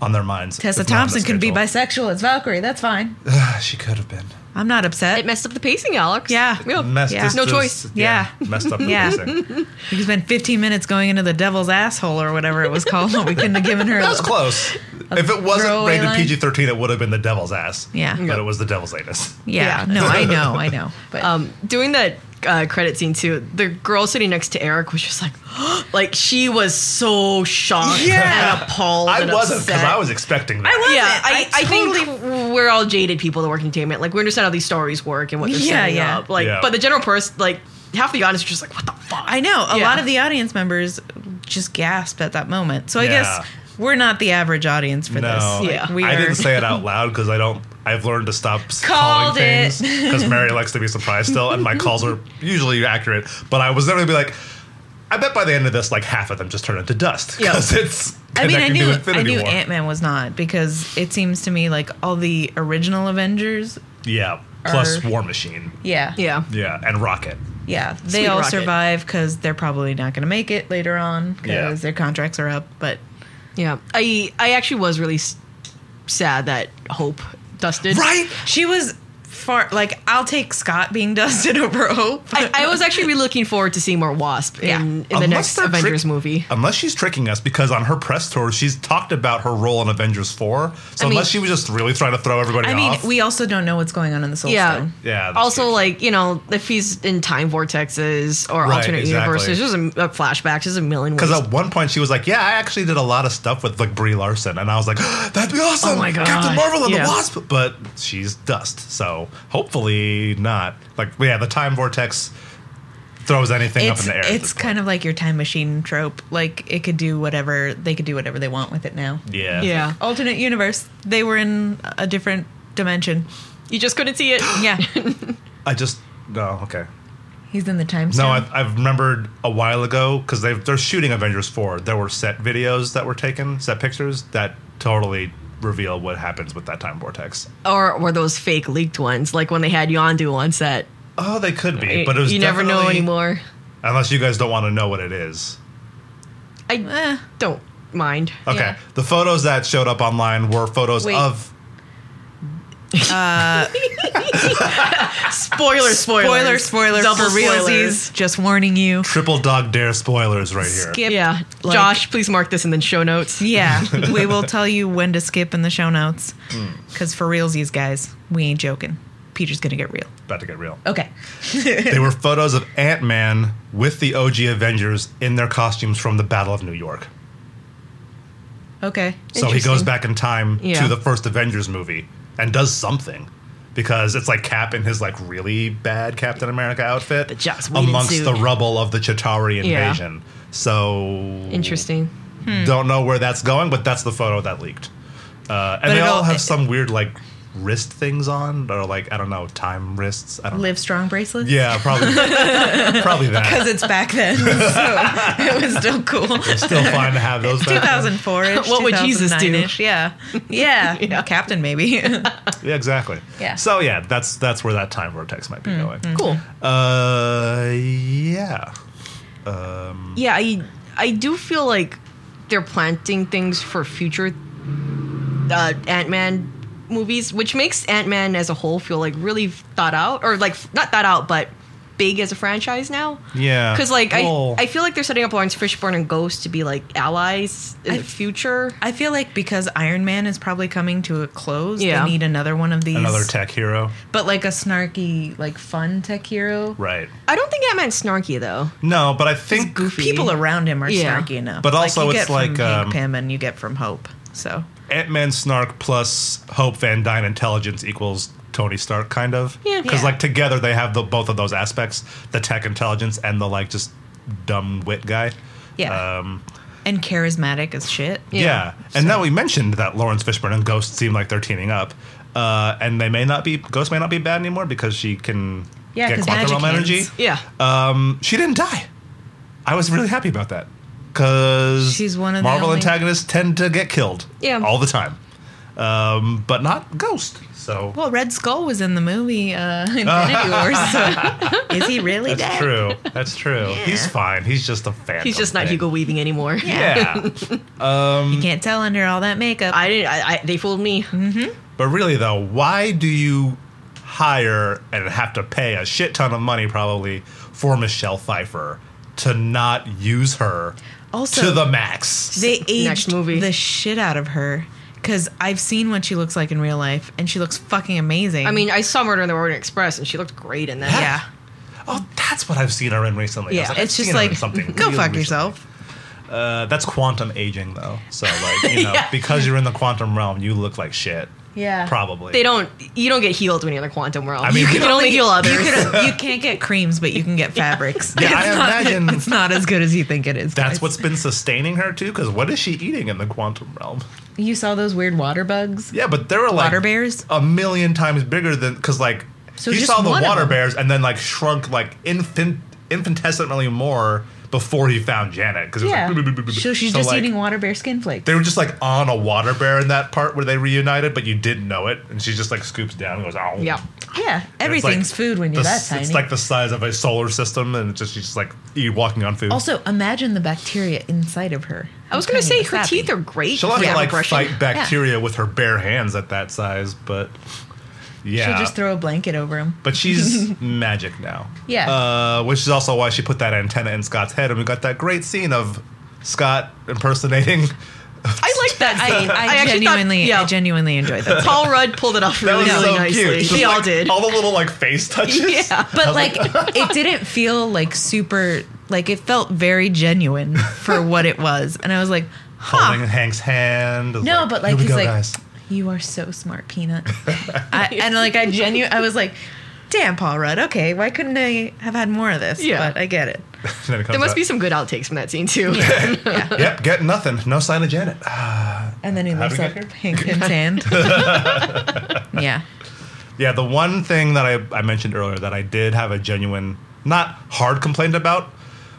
S2: on their minds.
S4: Tessa
S2: It's not on the
S4: Thompson could be
S2: schedule.
S4: bisexual as Valkyrie. That's fine.
S2: She could have been.
S4: I'm not upset.
S3: It messed up the pacing, Alex.
S4: Yeah.
S2: Messed-
S4: Oh, Yeah.
S2: just-
S3: No
S2: just-
S3: choice.
S4: Yeah.
S2: Messed up. Yeah.
S4: Yeah.
S2: That
S4: we spent 15 minutes going into the devil's asshole or whatever it was called. we couldn't have given her.
S2: was close. if it wasn't
S4: throwaway
S2: rated
S4: line?
S2: PG 13, it would have been the devil's ass.
S4: Yeah.
S2: But it was the devil's anus.
S4: Yeah,
S3: Yeah.
S4: no, I know, I know. But
S3: Um, doing that uh, credit scene too, the girl sitting next to Eric was just like, like she was so shocked
S4: Yeah.
S3: and appalled.
S2: I
S3: and
S2: wasn't because
S3: upset.
S2: I was expecting that.
S4: was-
S3: Yeah,
S4: I
S3: I, I, think
S4: totally-
S3: we're all jaded people that work in entertainment. Like we understand how these stories work and what they're
S4: Yeah,
S3: setting
S4: yeah.
S3: up. Like,
S2: Yeah.
S3: but the general person, like half the audience, is just like, what the fuck?
S4: I know a
S3: Yeah.
S4: lot of the audience members just gasped at that moment. So I
S2: Yeah.
S4: guess we're not the average audience for
S2: No,
S4: this.
S3: Yeah.
S4: we
S2: I
S4: are.
S2: didn't say it out loud because I don't. I've learned to stop s-
S4: Called
S2: calling things because Mary likes to be surprised still, and my calls are usually accurate. But I was never gonna be like, I bet by the end of this, like half of them just turn into dust
S3: Yeah.
S2: because it's
S4: I mean, I
S2: connecting
S4: knew
S2: to
S4: I
S2: Infinity
S4: knew
S2: War.
S4: Ant Man was not because it seems to me like all the original Avengers.
S2: yeah, plus
S4: Or-
S2: War Machine.
S4: Yeah,
S3: yeah.
S2: Yeah, and Rocket.
S4: yeah. They
S3: Sweet
S4: all
S3: Rocket.
S4: survive because they're probably not going to make it later on because
S2: Yeah.
S4: their contracts are up. But
S3: Yeah, I I actually was really s- sad that Hope dusted.
S2: Right?
S4: she was far like I'll take Scott being dusted over Hope.
S3: I, I was actually really looking forward to seeing more Wasp
S4: Yeah.
S3: in, in the
S2: Unless
S3: next
S2: they're trick-
S3: Avengers movie.
S2: Unless she's tricking us, because on her press tour, she's talked about her role in Avengers 4. So
S3: I mean-
S2: unless she was just really trying to throw everybody
S4: I mean,
S2: off.
S4: we also don't know what's going on in the Soul
S3: Yeah.
S4: Stone.
S2: yeah. that's
S3: also,
S2: true.
S3: like you know, if he's in time vortexes or
S2: Right,
S3: alternate
S2: exactly.
S3: universes, there's a, a flashbacks, there's a million. Ways.
S2: Because at one point she was like, "Yeah, I actually did a lot of stuff with like Brie Larson," and I was like, "That'd be awesome,
S3: Oh my God.
S2: Captain Marvel and
S3: Yeah.
S2: the Wasp." But she's dust, so hopefully not. Like, yeah, the time vortex throws anything up
S4: It's
S2: in the air. at
S4: it's
S2: this
S4: kind of like your time machine trope. Like it could do whatever they could do whatever they want with it now.
S2: point. yeah,
S3: yeah,
S4: Alternate universe, they were in a different dimension.
S3: you just couldn't see it.
S4: Yeah,
S2: I just no, okay.
S4: he's in the time.
S2: No,
S4: stone.
S2: I've, I've remembered a while ago because they they're shooting Avengers four. There were set videos that were taken, set pictures that totally reveal what happens with that time vortex.
S3: or were those fake leaked ones, like when they had Yondu on set?
S2: Oh, they could be, but it was
S3: you never know
S2: definitely-
S3: anymore.
S2: Unless you guys don't want to know what it is.
S3: I
S4: Eh,
S3: don't mind.
S2: Okay.
S4: Yeah.
S2: The photos that showed up online were photos
S4: Wait.
S2: of
S3: Spoiler, spoiler,
S4: spoiler, spoiler,
S3: double
S4: for realsies. Just warning you.
S2: triple dog dare spoilers right here.
S4: Skip.
S3: Yeah,
S4: like-
S3: Josh, please mark this in the show notes.
S4: Yeah, we will tell you when to skip in the show notes.
S2: Hmm.
S4: Because for realsies, guys, we ain't joking. Peter's gonna get real.
S2: About to get real.
S4: Okay.
S2: they were photos of Ant Man with the OG Avengers in their costumes from the Battle of New York.
S4: Okay.
S2: So he goes
S3: Interesting.
S2: back in time
S3: Yeah.
S2: to the first Avengers movie and does something. Because it's like Cap in his like really bad Captain America outfit
S3: The Joss Whedon
S2: amongst
S3: suit.
S2: the rubble of the Chitauri
S3: Yeah.
S2: invasion. So
S3: Interesting.
S4: Hmm.
S2: Don't know where that's going, but that's the photo that leaked. Uh, and
S4: But
S2: they
S4: it
S2: all
S4: all-
S2: have some weird like wrist things on, or like I don't know, time wrists. I don't.
S4: Live strong bracelets.
S2: Yeah, probably, probably that.
S4: because it's back then, so it was still cool.
S2: Still fine to have those. back then.
S4: 2004 ish.
S3: What would Jesus do?
S4: Yeah. yeah. Captain, maybe.
S2: Yeah, exactly.
S4: Yeah. Hmm,
S2: So yeah, that's that's where that time vortex might be going.
S3: Cool.
S2: Uh, yeah.
S3: Yeah, I I do feel like they're planting things for future uh, Ant Man movies, which makes Ant Man as a whole feel like really thought out, or like not thought out, but big as a franchise now.
S2: Yeah.
S3: Because like
S2: Well-
S3: I I feel like they're setting up Lawrence Fishburne and Ghost to be like allies in
S4: I-
S3: the future.
S4: I feel like because Iron Man is probably coming to a close,
S3: Yeah.
S4: they need another one of these.
S2: Another tech hero.
S4: But like a snarky, like fun tech hero.
S2: Right.
S3: I don't think Ant Man's snarky though.
S2: No, but I think
S3: goofy.
S4: People around him are
S3: Yeah.
S4: snarky enough.
S2: But also
S4: you
S2: it's
S4: get from
S2: like,
S4: Hank
S2: um,
S4: Pym and you get from Hope. So
S2: Ant Man snark plus Hope Van Dyne intelligence equals Tony Stark, kind of.
S3: Yeah.
S2: Because
S4: Yeah.
S2: like together they have the both of those aspects: the tech intelligence and the like just dumb wit guy.
S4: yeah,
S2: Um,
S4: and charismatic as shit.
S2: yeah. And now we mentioned that Lawrence Fishburne and Ghost seem like they're teaming up. Uh, and they may not be Ghost may not be bad anymore because she can
S4: Yeah,
S2: get
S4: 'cause
S2: quantum
S4: magic
S2: realm energy.
S4: hands.
S3: Yeah.
S2: Um, she didn't die. I was really happy about that because
S4: She's one of the
S2: Marvel
S4: only-
S2: antagonists tend to get killed.
S3: Yeah.
S2: all the time, um, but not Ghost. So
S4: Well, Red Skull was in the movie uh, Infinity War. So is he really
S2: Ah. that's
S4: dead?
S2: true. That's true. He's fine. He's just a fan.
S3: He's just not Hugo Weaving anymore.
S2: Yeah,
S4: You can't tell under all that makeup.
S3: Mm-hmm. I didn't. I, I, they fooled me.
S2: but really though, why do you hire and have to pay a shit ton of money probably for Michelle Pfeiffer to not use her
S4: Also-
S2: to the max.
S4: They
S3: Next
S4: aged
S3: movie.
S4: the shit out of her because I've seen what she looks like in real life, and she looks fucking amazing.
S3: I mean, I saw Murder in the Orient Express, and she looked great in that.
S4: yeah,
S2: Oh, that's what I've seen her in recently.
S3: Yeah,
S2: I was like, I've
S4: it's just
S2: seen her in
S4: like
S2: something
S4: go
S2: really
S4: fuck
S2: recently.
S4: yourself.
S2: Uh, that's quantum aging though. So like, you know,
S3: Yeah.
S2: because you're in the quantum realm, you look like shit.
S4: Yeah.
S2: Probably.
S3: They don't. You don't get healed when you're in the quantum realm.
S2: I mean-
S3: you can only heal others.
S4: You, could- you can't get creams, but you can get fabrics.
S2: Yeah, I
S4: not,
S2: imagine-
S4: it's not as good as you think it is.
S2: That's
S4: guys.
S2: what's been sustaining her too, because what is she eating in the quantum realm?
S4: you saw those weird water bugs.
S2: Yeah, but they were like
S4: Water bears?
S2: a million times bigger than because like
S4: So
S2: you
S4: just
S2: saw the
S4: one of
S2: water
S4: them.
S2: bears and then like shrunk like infin- infinitesimally more before he found Janet because
S4: Yeah,
S2: was like,
S4: so she's just eating water bear skin flakes.
S2: They were just like on a water bear in that part where they reunited, but you didn't know it, and she just like scoops down and goes, "Oh,
S3: yeah.
S4: Yeah,
S2: And it's like
S4: everything's food when you're
S2: the-
S4: that tiny.
S2: It's like the size of a solar system, and it's just she's just like you walking on food.
S4: also, imagine the bacteria inside of her.
S3: I was gonna say
S4: Tiny, but
S3: her
S4: sappy.
S3: teeth are great.
S2: she'll have
S3: for
S2: to like
S3: progression.
S2: fight bacteria with her bare hands at that size, but yeah,
S4: She'll just throw a blanket over him.
S2: But she's magic now.
S4: Yeah.
S2: Uh, which is also why she put that antenna in Scott's head, and we got that great scene of Scott impersonating.
S3: I like that
S4: I,
S3: scene.
S4: I,
S3: actually thought-
S4: genuinely,
S3: yeah.
S4: I genuinely enjoy that.
S3: Paul Rudd pulled it off
S2: That
S3: really,
S2: was
S3: really
S2: so
S3: nicely.
S2: cute. Just,
S3: They all
S2: like,
S3: did.
S2: All the little like face touches.
S3: Yeah.
S2: I
S4: but
S2: was
S4: like, it didn't feel like super. Like it felt very genuine for what it was, and I was like, huh.
S2: holding Hank's hand. I was
S4: No, but like
S2: "Here we
S4: he's
S2: go,
S4: like,
S2: guys."
S4: you are so smart, Peanut. I, and like I genu, I was like, damn, Paul Rudd. Okay, why couldn't I have had more of this?
S3: Yeah.
S4: but I get it.
S2: And then it comes
S3: There must
S2: out.
S3: be some good outtakes from that scene too.
S2: Yep, get nothing. No sign of Janet.
S4: And then he
S2: How'd
S4: lifts
S2: we
S4: up
S2: get here?
S4: Hank and hand. yeah,
S2: Yeah, the one thing that I, I mentioned earlier that I did have a genuine, not hard complaint about,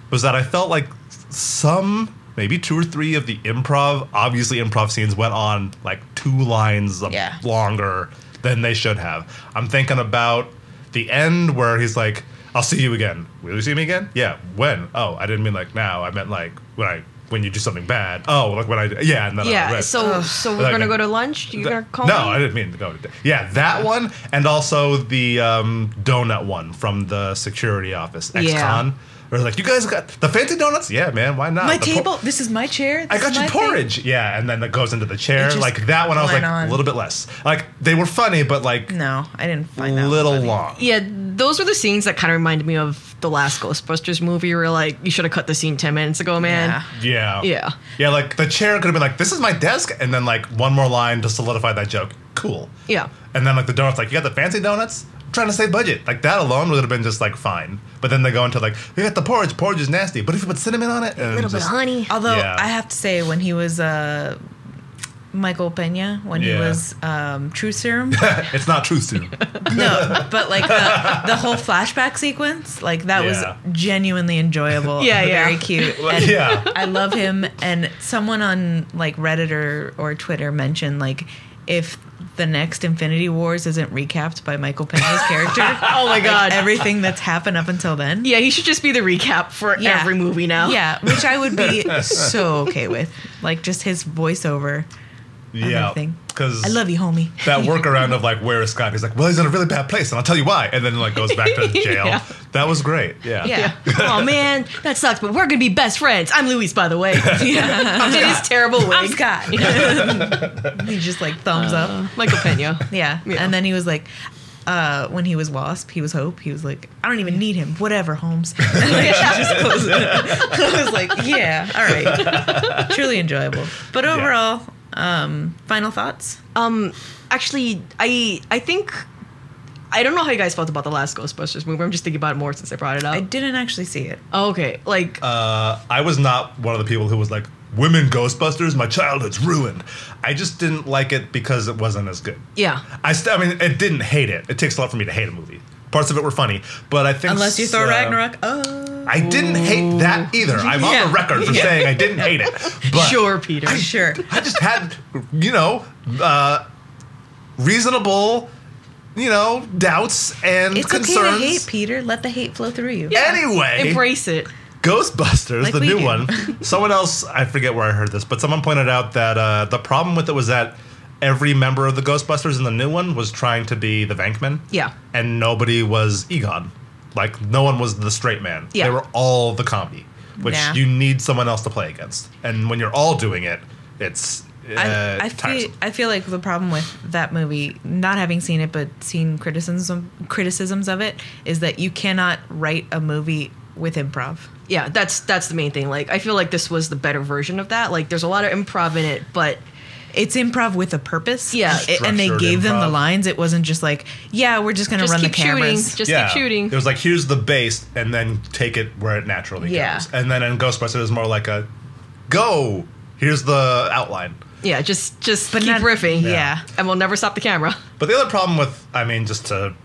S2: was that I felt like some, maybe two or three of the improv, obviously improv scenes went on like two lines of-
S4: Yeah.
S2: longer than they should have. I'm thinking about the end where he's like, I'll see you again. Will you see me again? Yeah. When? Oh, I didn't mean like now. I meant like when I when you do something bad. Oh, like when I yeah. And then I
S3: yeah.
S2: read.
S3: So so we're
S2: Like,
S3: gonna go to lunch. You're gonna call
S2: no,
S3: me.
S2: I didn't mean to go. to- Yeah,
S4: Oh.
S2: that one, and also the um, donut one from the security office,
S3: Yeah.
S2: ex-con. Or like, you guys got the fancy donuts? Yeah, man, why not?
S4: my
S2: The por-
S4: table. this is my chair.
S2: I
S4: this
S2: got
S4: is
S2: you
S4: my thing.
S2: porridge. Yeah, and then it goes into the
S4: It
S2: chair.
S4: just
S2: Like that one, I was
S4: went
S2: like
S4: on.
S2: a little bit less. Like they were funny, but like
S4: No, I didn't find that
S2: little
S4: funny.
S2: long.
S3: Yeah, those were the scenes that kind of reminded me of the last Ghostbusters movie. Where like you should have cut the scene ten minutes ago, man.
S4: Yeah.
S2: Yeah.
S3: Yeah.
S2: Yeah, like the chair could have been like, this is my desk, and then like one more line to solidify that joke. Cool.
S3: Yeah.
S2: And then like the donuts, like, you got the fancy donuts? I'm trying to save budget. Like that alone would have been just like fine. But then they go into like, we got the porridge, porridge is nasty. But if you put cinnamon on it, and
S3: A little bit
S2: just,
S3: of honey.
S4: Although
S2: Yeah.
S4: I have to say, when he was uh, Michael Pena, when he
S2: Yeah.
S4: was um, True Serum,
S2: it's not truth serum.
S4: no, but like the, the whole flashback sequence, like that
S2: Yeah.
S4: was genuinely enjoyable.
S3: Yeah,
S4: and
S3: yeah.
S4: very cute.
S2: Like,
S4: And
S2: yeah.
S4: I love him. And someone on like Reddit or, or Twitter mentioned like if the next Infinity Wars isn't recapped by Michael Pena's character,
S3: Oh my god.
S4: everything that's happened up until then.
S3: yeah, he should just be the recap for
S4: Yeah.
S3: every movie now.
S4: Yeah, which I would be so okay with. Like just his voiceover.
S2: Yeah.
S4: Everything.
S2: Because
S4: I love you, homie.
S2: that workaround of like where is Scott? He's like, well, he's in a really bad place, and I'll tell you why. And then like goes back to jail.
S3: Yeah.
S2: That was great.
S4: Yeah.
S3: oh man, that sucks. But we're gonna be best friends. I'm Luis, by the way.
S4: yeah.
S3: I'm in his terrible wig.
S4: I'm Scott. he just like thumbs
S2: Uh,
S4: up.
S3: Michael Pena.
S4: Yeah.
S3: Yeah.
S4: And then he was like, uh, when he was Wasp, he was Hope. He was like, I don't even need him. Whatever, Holmes. And then she just closed it. I was like, yeah, all right. Truly enjoyable. But overall, um, final thoughts?
S3: Um, actually, I I think I don't know how you guys felt about the last Ghostbusters movie. I'm just thinking about it more since I brought it up.
S4: I didn't actually see it.
S3: oh, okay, like
S2: uh, I was not one of the people who was like, "Women Ghostbusters, my childhood's ruined." I just didn't like it because it wasn't as good.
S3: yeah,
S2: I, st- I mean, it didn't hate it. It takes a lot for me to hate a movie. Parts of it were funny, but I think
S4: Unless you throw
S2: uh,
S4: Ragnarok. Oh.
S2: I didn't hate that either. I'm on
S4: Yeah.
S2: the record for
S4: Yeah.
S2: saying I didn't hate it. But
S3: sure, Peter.
S4: Sure.
S2: I just had, you know, uh, reasonable, you know, doubts and
S4: It's
S2: concerns.
S4: okay to hate, Peter. Let the hate flow through you.
S2: Anyway,
S3: Embrace it.
S2: Ghostbusters,
S4: Like
S2: the
S4: we
S2: new
S4: do.
S2: one. Someone else, I forget where I heard this, but someone pointed out that uh, the problem with it was that every member of the Ghostbusters in the new one was trying to be the Vankman.
S3: Yeah.
S2: And nobody was Egon. Like no one was the straight man.
S3: Yeah.
S2: They were all the comedy, which
S4: Yeah.
S2: you need someone else to play against. And when you're all doing it, it's uh,
S4: I, I feel
S2: tiresome.
S4: I feel like the problem with that movie, not having seen it but seen criticism criticisms of it, is that you cannot write a movie with improv.
S3: yeah that's that's the main thing like i feel like this was the better version of that like there's a lot of improv in it but
S4: It's improv with a purpose.
S3: Yeah.
S4: it- and they
S2: Structured
S4: gave them the
S2: improv.
S4: lines. It wasn't just like, yeah, we're just gonna
S3: just
S4: run the
S3: keep shooting
S4: cameras.
S3: just keep shooting
S2: It was like here's the base, and then take it where it naturally
S3: Yeah.
S2: goes. And then in Ghostbusters, it was more like a go. Here's the outline.
S3: yeah just just
S4: But
S3: keep
S4: not-
S3: riffing
S4: Yeah.
S3: and we'll never stop the camera
S2: But the other problem with, I mean, just to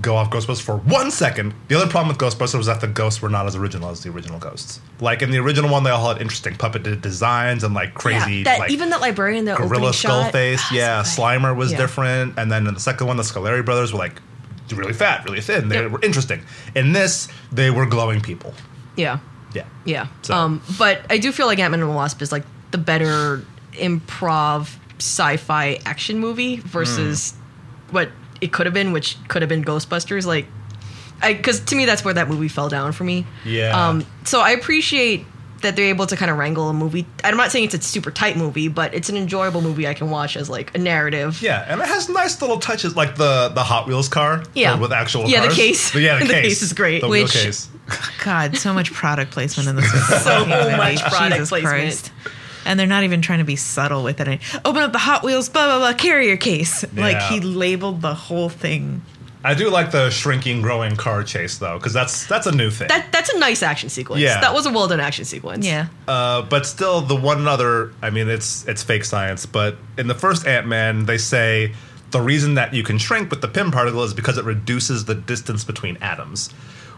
S2: go off Ghostbusters for one second, the other problem with Ghostbusters was that the ghosts were not as original as the original ghosts. Like in the original one, they all had interesting puppeted designs and like crazy,
S3: yeah, that
S2: like
S3: even that librarian that
S2: gorilla
S3: opening
S2: skull
S3: shot,
S2: face.
S3: ah,
S2: yeah,
S3: so good.
S2: Slimer was
S3: Yeah.
S2: different, and then in the second one, the Scaleri brothers were like really fat, really thin. They
S3: Yep.
S2: were interesting. In this, they were glowing people.
S3: yeah
S2: Yeah.
S3: yeah
S2: So-
S3: um but i do feel like ant-man and the wasp is like the better improv sci-fi action movie versus
S2: Mm.
S3: what it could have been which could have been ghostbusters like I because to me that's where that movie fell down for me.
S2: Yeah.
S3: Um. So I appreciate that they're able to kind of wrangle a movie. I'm not saying it's a super tight movie, but it's an enjoyable movie I can watch as like a narrative.
S2: Yeah, and it has nice little touches, like the the Hot Wheels car.
S3: Yeah.
S2: with actual.
S3: Yeah, the
S2: cars.
S3: case.
S2: yeah, the,
S3: The
S2: case.
S3: case is great.
S2: The
S4: Which-
S2: wheel case.
S4: God, so much product placement in this. so
S3: much product placement.
S4: And they're not even trying to be subtle with it. Open up the Hot Wheels, blah blah blah, carrier case. Like
S2: Yeah.
S4: he labeled the whole thing.
S2: I do like the shrinking, growing car chase though, because that's that's a new thing.
S3: That that's a nice action sequence.
S2: Yeah.
S3: That was a well done action sequence.
S4: Yeah,
S2: uh, but still, the one other. I mean, it's it's fake science, but in the first Ant Man, they say the reason that you can shrink with the pin particle is because it reduces the distance between atoms.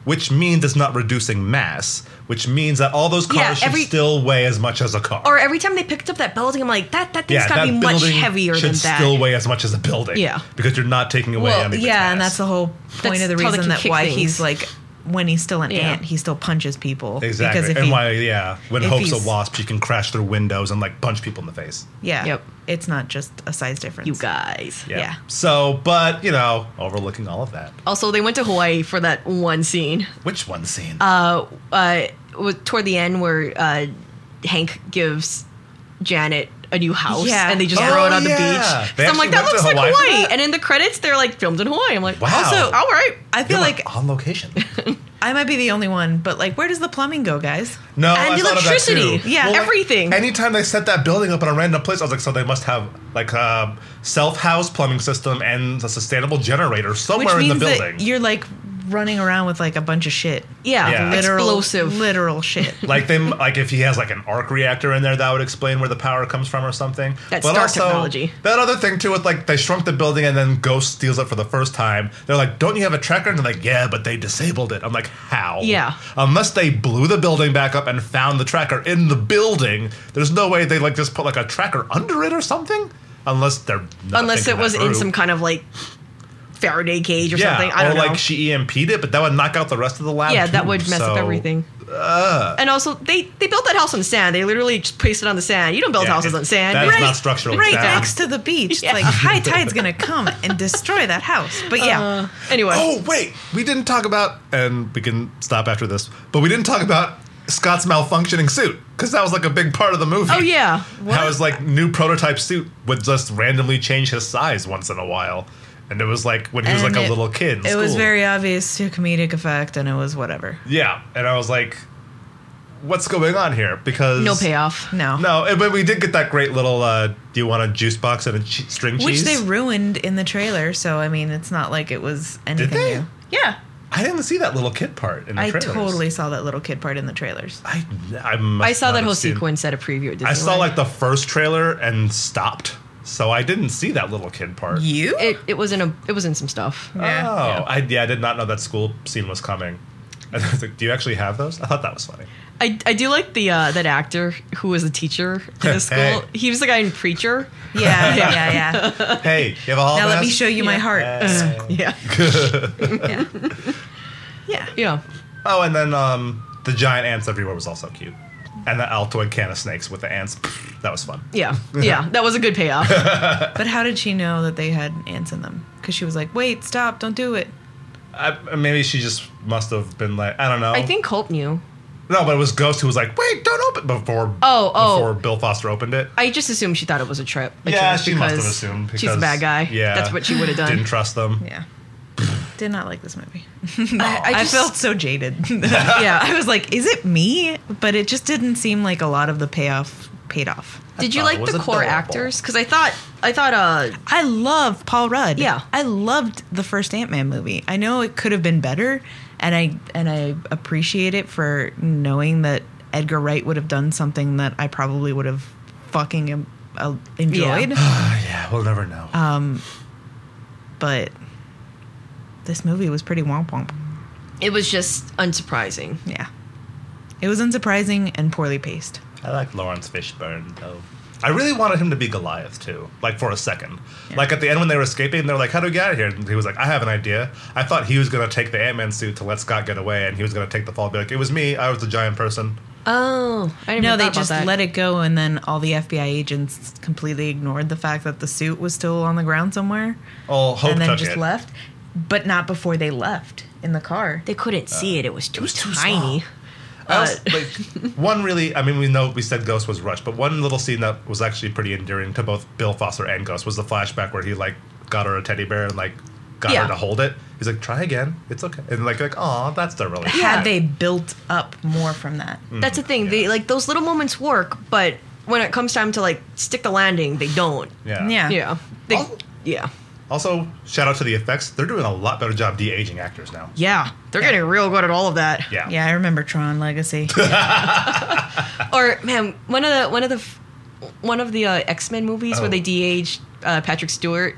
S2: Which means it's not reducing mass, which means that all those cars
S3: Yeah, every-
S2: should still weigh as much as a car.
S3: Or every time they picked up that building, I'm like, that that thing's gotta be much
S2: building
S3: heavier
S2: should
S3: than that.
S2: Still weigh as much as a building.
S3: Yeah.
S2: because you're not taking away.
S4: well,
S2: any of its
S4: yeah, and
S2: mass.
S4: that's the whole point
S3: That's
S4: of the
S3: how they
S4: reason
S3: can
S4: that
S3: kick
S4: why
S3: things.
S4: he's like when he's still an
S3: Yeah.
S4: ant, he still punches people
S2: exactly.
S4: because if
S2: and
S4: he,
S2: why? Yeah, when
S4: if
S2: Hope's a
S4: he's-
S2: wasp, she can crash through windows and like punch people in the face.
S4: yeah,
S3: Yep.
S4: it's not just a size difference.
S3: you guys.
S2: Yeah.
S4: Yeah.
S2: So, but you know, overlooking all of that,
S3: Also, they went to Hawaii for that one scene.
S2: which one scene?
S3: uh, uh, w- toward the end where uh, Hank gives Janet a new house
S4: Yeah.
S3: and they just
S2: Oh,
S3: throw it on
S2: yeah.
S3: the beach.
S2: They
S3: so I'm like,
S2: actually
S3: that
S2: went to
S3: looks like
S2: Hawaii
S3: Hawaii.
S2: for that?
S3: And in the credits, they're like filmed in Hawaii. I'm like,
S2: Wow.
S3: also, all right.
S4: I feel
S2: You're,
S4: like
S2: on location.
S4: I might be the only one, but like, where does the plumbing go, guys?
S2: No,
S3: and
S2: I thought of that
S3: electricity.
S2: too.
S4: Yeah.
S3: Yeah,
S4: Well, like,
S3: everything.
S2: Anytime they set that building up in a random place, I was like, so they must have like a self-house plumbing system and a sustainable generator somewhere in the building.
S4: that you're like running around with like a bunch of shit.
S3: yeah,
S2: Yeah.
S4: Literal,
S3: explosive.
S4: literal shit.
S2: like they like if he has like an arc reactor in there that would explain where the power comes from or something
S3: That's Star technology.
S2: that other thing too with like they shrunk the building and then ghost steals it for the first time they're like don't you have a tracker and they're like yeah but they disabled it i'm like how
S3: Yeah.
S2: unless they blew the building back up and found the tracker in the building there's no way they like just put like a tracker under it or something unless they're not
S3: Unless
S2: thinking
S3: it
S2: that
S3: was in
S2: through.
S3: some kind of like Faraday cage or
S2: yeah,
S3: something. I don't
S2: or
S3: know.
S2: like she EMP'd it, but that would knock out the rest of the lab.
S3: yeah, that
S2: too,
S3: would mess up
S2: so- uh.
S3: everything. and also, they, they built that house on sand. They literally just placed it on the sand. You don't build
S2: Yeah,
S3: houses
S2: it-
S3: on sand.
S2: that
S3: You're
S2: is
S3: right.
S2: not structural
S4: right
S2: sound.
S4: next to the beach.
S3: Yeah.
S4: Like high tide's gonna come and destroy that house. But yeah,
S3: Uh, anyway.
S2: Oh wait, we didn't talk about, and we can stop after this. But we didn't talk about Scott's malfunctioning suit because that was like a big part of the movie.
S3: Oh, yeah.
S2: that was like new prototype suit would just randomly change his size once in a while, and it was like when he was
S4: And
S2: like a
S4: it-
S2: little kid. In
S4: it was
S2: school.
S4: very obvious to comedic effect, and it was whatever.
S2: yeah, and I was like, what's going on here? Because
S3: no payoff.
S4: No,
S2: No, and- but we did get that great little. uh Do you want a juice box and a che- string
S4: which
S2: cheese?
S4: they ruined in the trailer. So I mean, it's not like it was anything
S2: they?
S4: new.
S3: Yeah.
S2: I didn't see that little kid part in the
S4: I
S2: trailers.
S4: totally saw that little kid part in the trailers.
S2: I I, must
S3: I saw
S2: not
S3: that
S2: have
S3: whole
S2: seen-
S3: sequence at a preview. At
S2: I saw
S3: Disneyland.
S2: like the first trailer and stopped, so I didn't see that little kid part.
S4: You?
S3: it. It was in a. It was in some stuff.
S2: Oh,
S4: Yeah.
S2: I yeah, I did not know that school scene was coming. And I was like, "Do you actually have those?" I thought that was funny.
S3: I, I do like the uh, that actor who was a teacher in the school.
S2: Hey.
S3: He was the guy in Preacher.
S4: yeah, yeah, yeah.
S2: Hey, you have a hall
S4: now let
S2: pass?
S4: me show you my
S3: Yeah.
S4: heart.
S2: Hey.
S3: Yeah.
S4: yeah. yeah.
S3: Yeah.
S2: Oh, and then um, the giant ants everywhere was also cute, and the Altoid can of snakes with the ants. that was fun.
S3: Yeah, yeah, that was a good payoff.
S4: But how did she know that they had ants in them? Because she was like, "Wait, stop! Don't do it."
S2: I, maybe she just must have been like, I don't know.
S3: I think Hope knew.
S2: no, but it was Ghost who was like, "Wait, don't open!" Before
S3: Oh, oh.
S2: before Bill Foster opened it.
S3: I just assumed she thought it was a trip. a
S2: yeah,
S3: trick
S2: she must have
S3: because
S2: assumed because
S3: she's a bad guy.
S2: Yeah,
S3: that's what she would have done.
S2: Didn't trust them.
S4: Yeah. Did not like this movie.
S3: I,
S4: I,
S3: just-
S4: felt so jaded. yeah, I was like, "Is it me?" But it just didn't seem like a lot of the payoff paid off.
S3: Did you
S2: thought it
S3: like
S2: was
S3: the core
S2: adorable.
S3: actors? Because I thought I thought uh
S4: I love Paul Rudd.
S3: Yeah.
S4: I loved the first Ant Man movie. I know it could have been better, and I and I appreciate it for knowing that Edgar Wright would have done something that I probably would have fucking um, uh, enjoyed.
S2: Yeah, we'll never know.
S4: But this movie was pretty womp womp.
S3: it was just unsurprising.
S4: Yeah, it was unsurprising and poorly paced.
S2: I like Lawrence Fishburne though. I really wanted him to be Goliath too, like for a second. Like at the end when they were escaping, they're like, "How do we get out of here?" And he was like, "I have an idea." I thought he was going to take the Ant Man suit to let Scott get away, and he was going to take the fall. Be like, "It was me. I was the giant person."
S3: Oh, I didn't
S4: No, they just let it go, and then all the FBI agents completely ignored the fact that the suit was still on the ground somewhere,
S2: Oh, hope
S4: and then
S2: took
S4: just
S2: it.
S4: left. But not before they left in the car.
S3: They couldn't see it. It was too
S2: was too
S3: tiny.
S2: small. I
S4: Uh,
S2: also- like one really, I mean, we know we said Ghost was rushed, but one little scene that was actually pretty endearing to both Bill Foster and Ghost was the flashback where he like got her a teddy bear and like got
S3: Yeah.
S2: her to hold it. He's like, "Try again. It's okay." And like, like, "Oh, that's the really."
S4: Had they built up more from that,
S3: That's the thing. They like those little moments work, but when it comes time to like stick the landing, they don't.
S2: Yeah.
S4: Yeah.
S3: Yeah. They,
S2: Oh.
S3: yeah.
S2: Also, shout out to the effects. They're doing a lot better job de aging actors now.
S3: Yeah. They're getting real good at all of that.
S2: Yeah.
S4: yeah, I remember Tron Legacy.
S3: Or man, one of the one of the f- one of the uh, X Men movies
S2: Oh.
S3: where they de-aged uh, Patrick Stewart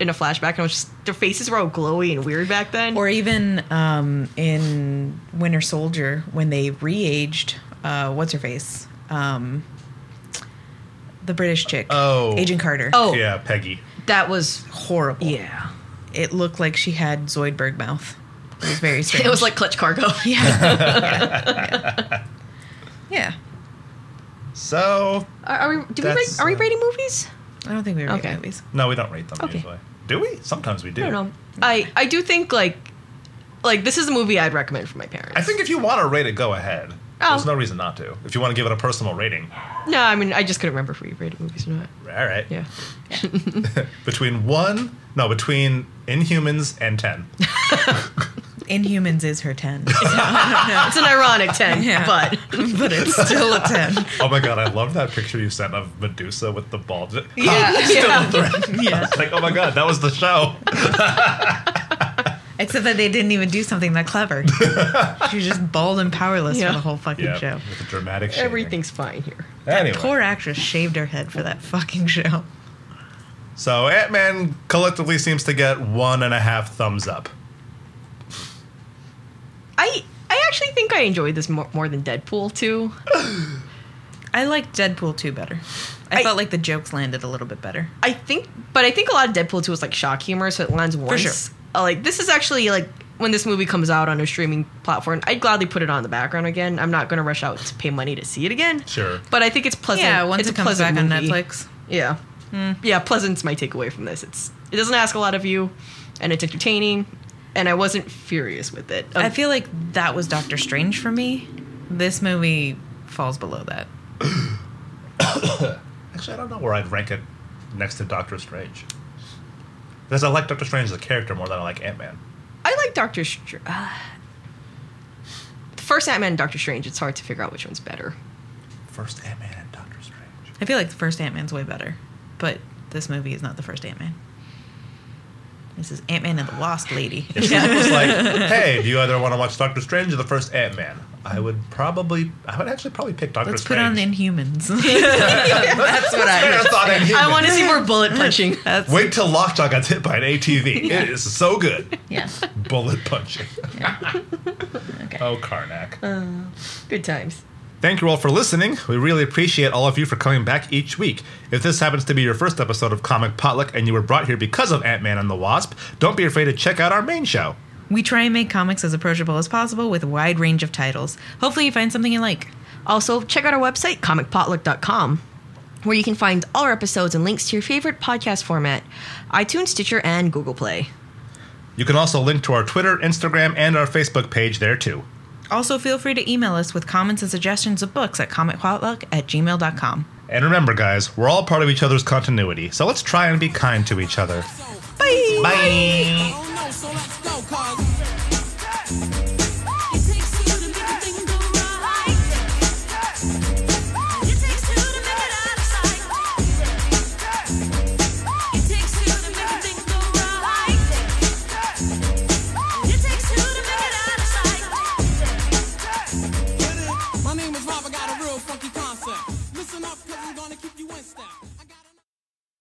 S3: in a flashback, and I was just their faces were all glowy and weird back then.
S4: or even um, in Winter Soldier when they re-aged uh, what's her face, um, the British chick,
S2: Oh.
S4: Agent Carter.
S3: oh,
S2: Yeah, Peggy.
S3: that was
S4: horrible.
S3: yeah.
S4: it looked like she had Zoidberg mouth. It was very strange.
S3: It was like clutch cargo.
S4: yeah. yeah. yeah.
S2: So,
S3: Are, are we? Do we
S2: That's,
S3: rate, are we
S2: uh,
S3: rating movies?
S4: I don't think we were
S3: Okay.
S4: okay. movies.
S2: no, we don't rate them
S3: Okay.
S2: usually. Do we? Sometimes we do.
S3: I don't know. I I do think like like this is a movie I'd recommend for my parents.
S2: I think if you want to rate it, go ahead.
S3: Oh.
S2: There's no reason not to. If you want to give it a personal rating,
S3: no, I mean I just couldn't remember if we rated movies or not.
S2: all right.
S3: Yeah.
S2: Between one, no, between Inhumans and 10.
S4: Inhumans is her 10.
S3: It's an ironic 10,
S4: Yeah.
S3: but
S4: but it's still a 10.
S2: oh my God, I love that picture you sent of Medusa with the bald.
S3: yeah.
S4: Yeah.
S2: Like, oh my God, that was the show.
S4: Except that they didn't even do something that clever. She was just bald and powerless
S3: Yeah.
S4: for the whole fucking
S2: yeah.
S4: show.
S2: With the dramatic shading.
S3: Everything's fine here.
S2: Anyway.
S4: Poor actress shaved her head for that fucking show.
S2: So Ant Man collectively seems to get one and a half thumbs up.
S3: I I actually think I enjoyed this more, more than Deadpool too.
S4: I liked Deadpool 2 better. I,
S3: I-
S4: felt like the jokes landed a little bit better.
S3: I think, but I think a lot of Deadpool 2 was like shock humor, so it lands once.
S4: sure.
S3: Uh, like this is actually like when this movie comes out on a streaming platform, I'd gladly put it on the background again. I'm not going to rush out to pay money to see it again.
S2: Sure.
S3: But I think it's pleasant.
S4: Yeah, once
S3: it's
S4: it
S3: a
S4: comes
S3: pleasant
S4: back on
S3: movie.
S4: Netflix. Hmm.
S3: Yeah. Yeah, pleasant's my takeaway from this. It's it doesn't ask a lot of you, and it's entertaining, and I wasn't furious with it. Um,
S4: I feel like that was Doctor Strange for me. This movie falls below that.
S2: Actually, I don't know where I'd rank it next to Doctor Strange. Because I like Doctor Strange as a character more than I like Ant Man.
S3: I like Doctor Strange. Uh, the first Ant Man and Doctor Strange, it's hard to figure out which one's better.
S2: First Ant Man and Doctor Strange.
S4: I feel like the first Ant Man's way better, but this movie is not the first Ant Man. This is Ant Man and the Wasp Lady.
S2: If someone was like, "Hey, do you either want to watch Doctor Strange or the first Ant Man?" I would probably, I would actually probably pick Doctor
S4: Let's put on
S2: Strange.
S4: Inhumans. That's what I.
S2: Marathon in
S3: I
S2: humans.
S3: want to see more bullet punching.
S4: That's
S2: Wait till Lockjaw gets hit by an ATV. It is so good.
S4: yeah.
S2: Bullet punching.
S4: Okay.
S2: Oh, Karnak.
S3: Good times.
S2: Thank you all for listening. We really appreciate all of you for coming back each week. If this happens to be your first episode of Comic Potluck and you were brought here because of Ant Man and the Wasp, don't be afraid to check out our main show.
S4: We try and make comics as approachable as possible with a wide range of titles. Hopefully, you find something you like.
S3: Also, check out our website, comicpotluck.com. where you can find all our episodes and links to your favorite podcast format iTunes, Stitcher, and Google Play.
S2: You can also link to our Twitter, Instagram, and our Facebook page there too.
S4: Also, feel free to email us with comments and suggestions of books at comicpotluck at gmail.com.
S2: And remember, guys, we're all part of each other's continuity, so let's try and be kind to each other.
S4: Bye!
S2: Bye.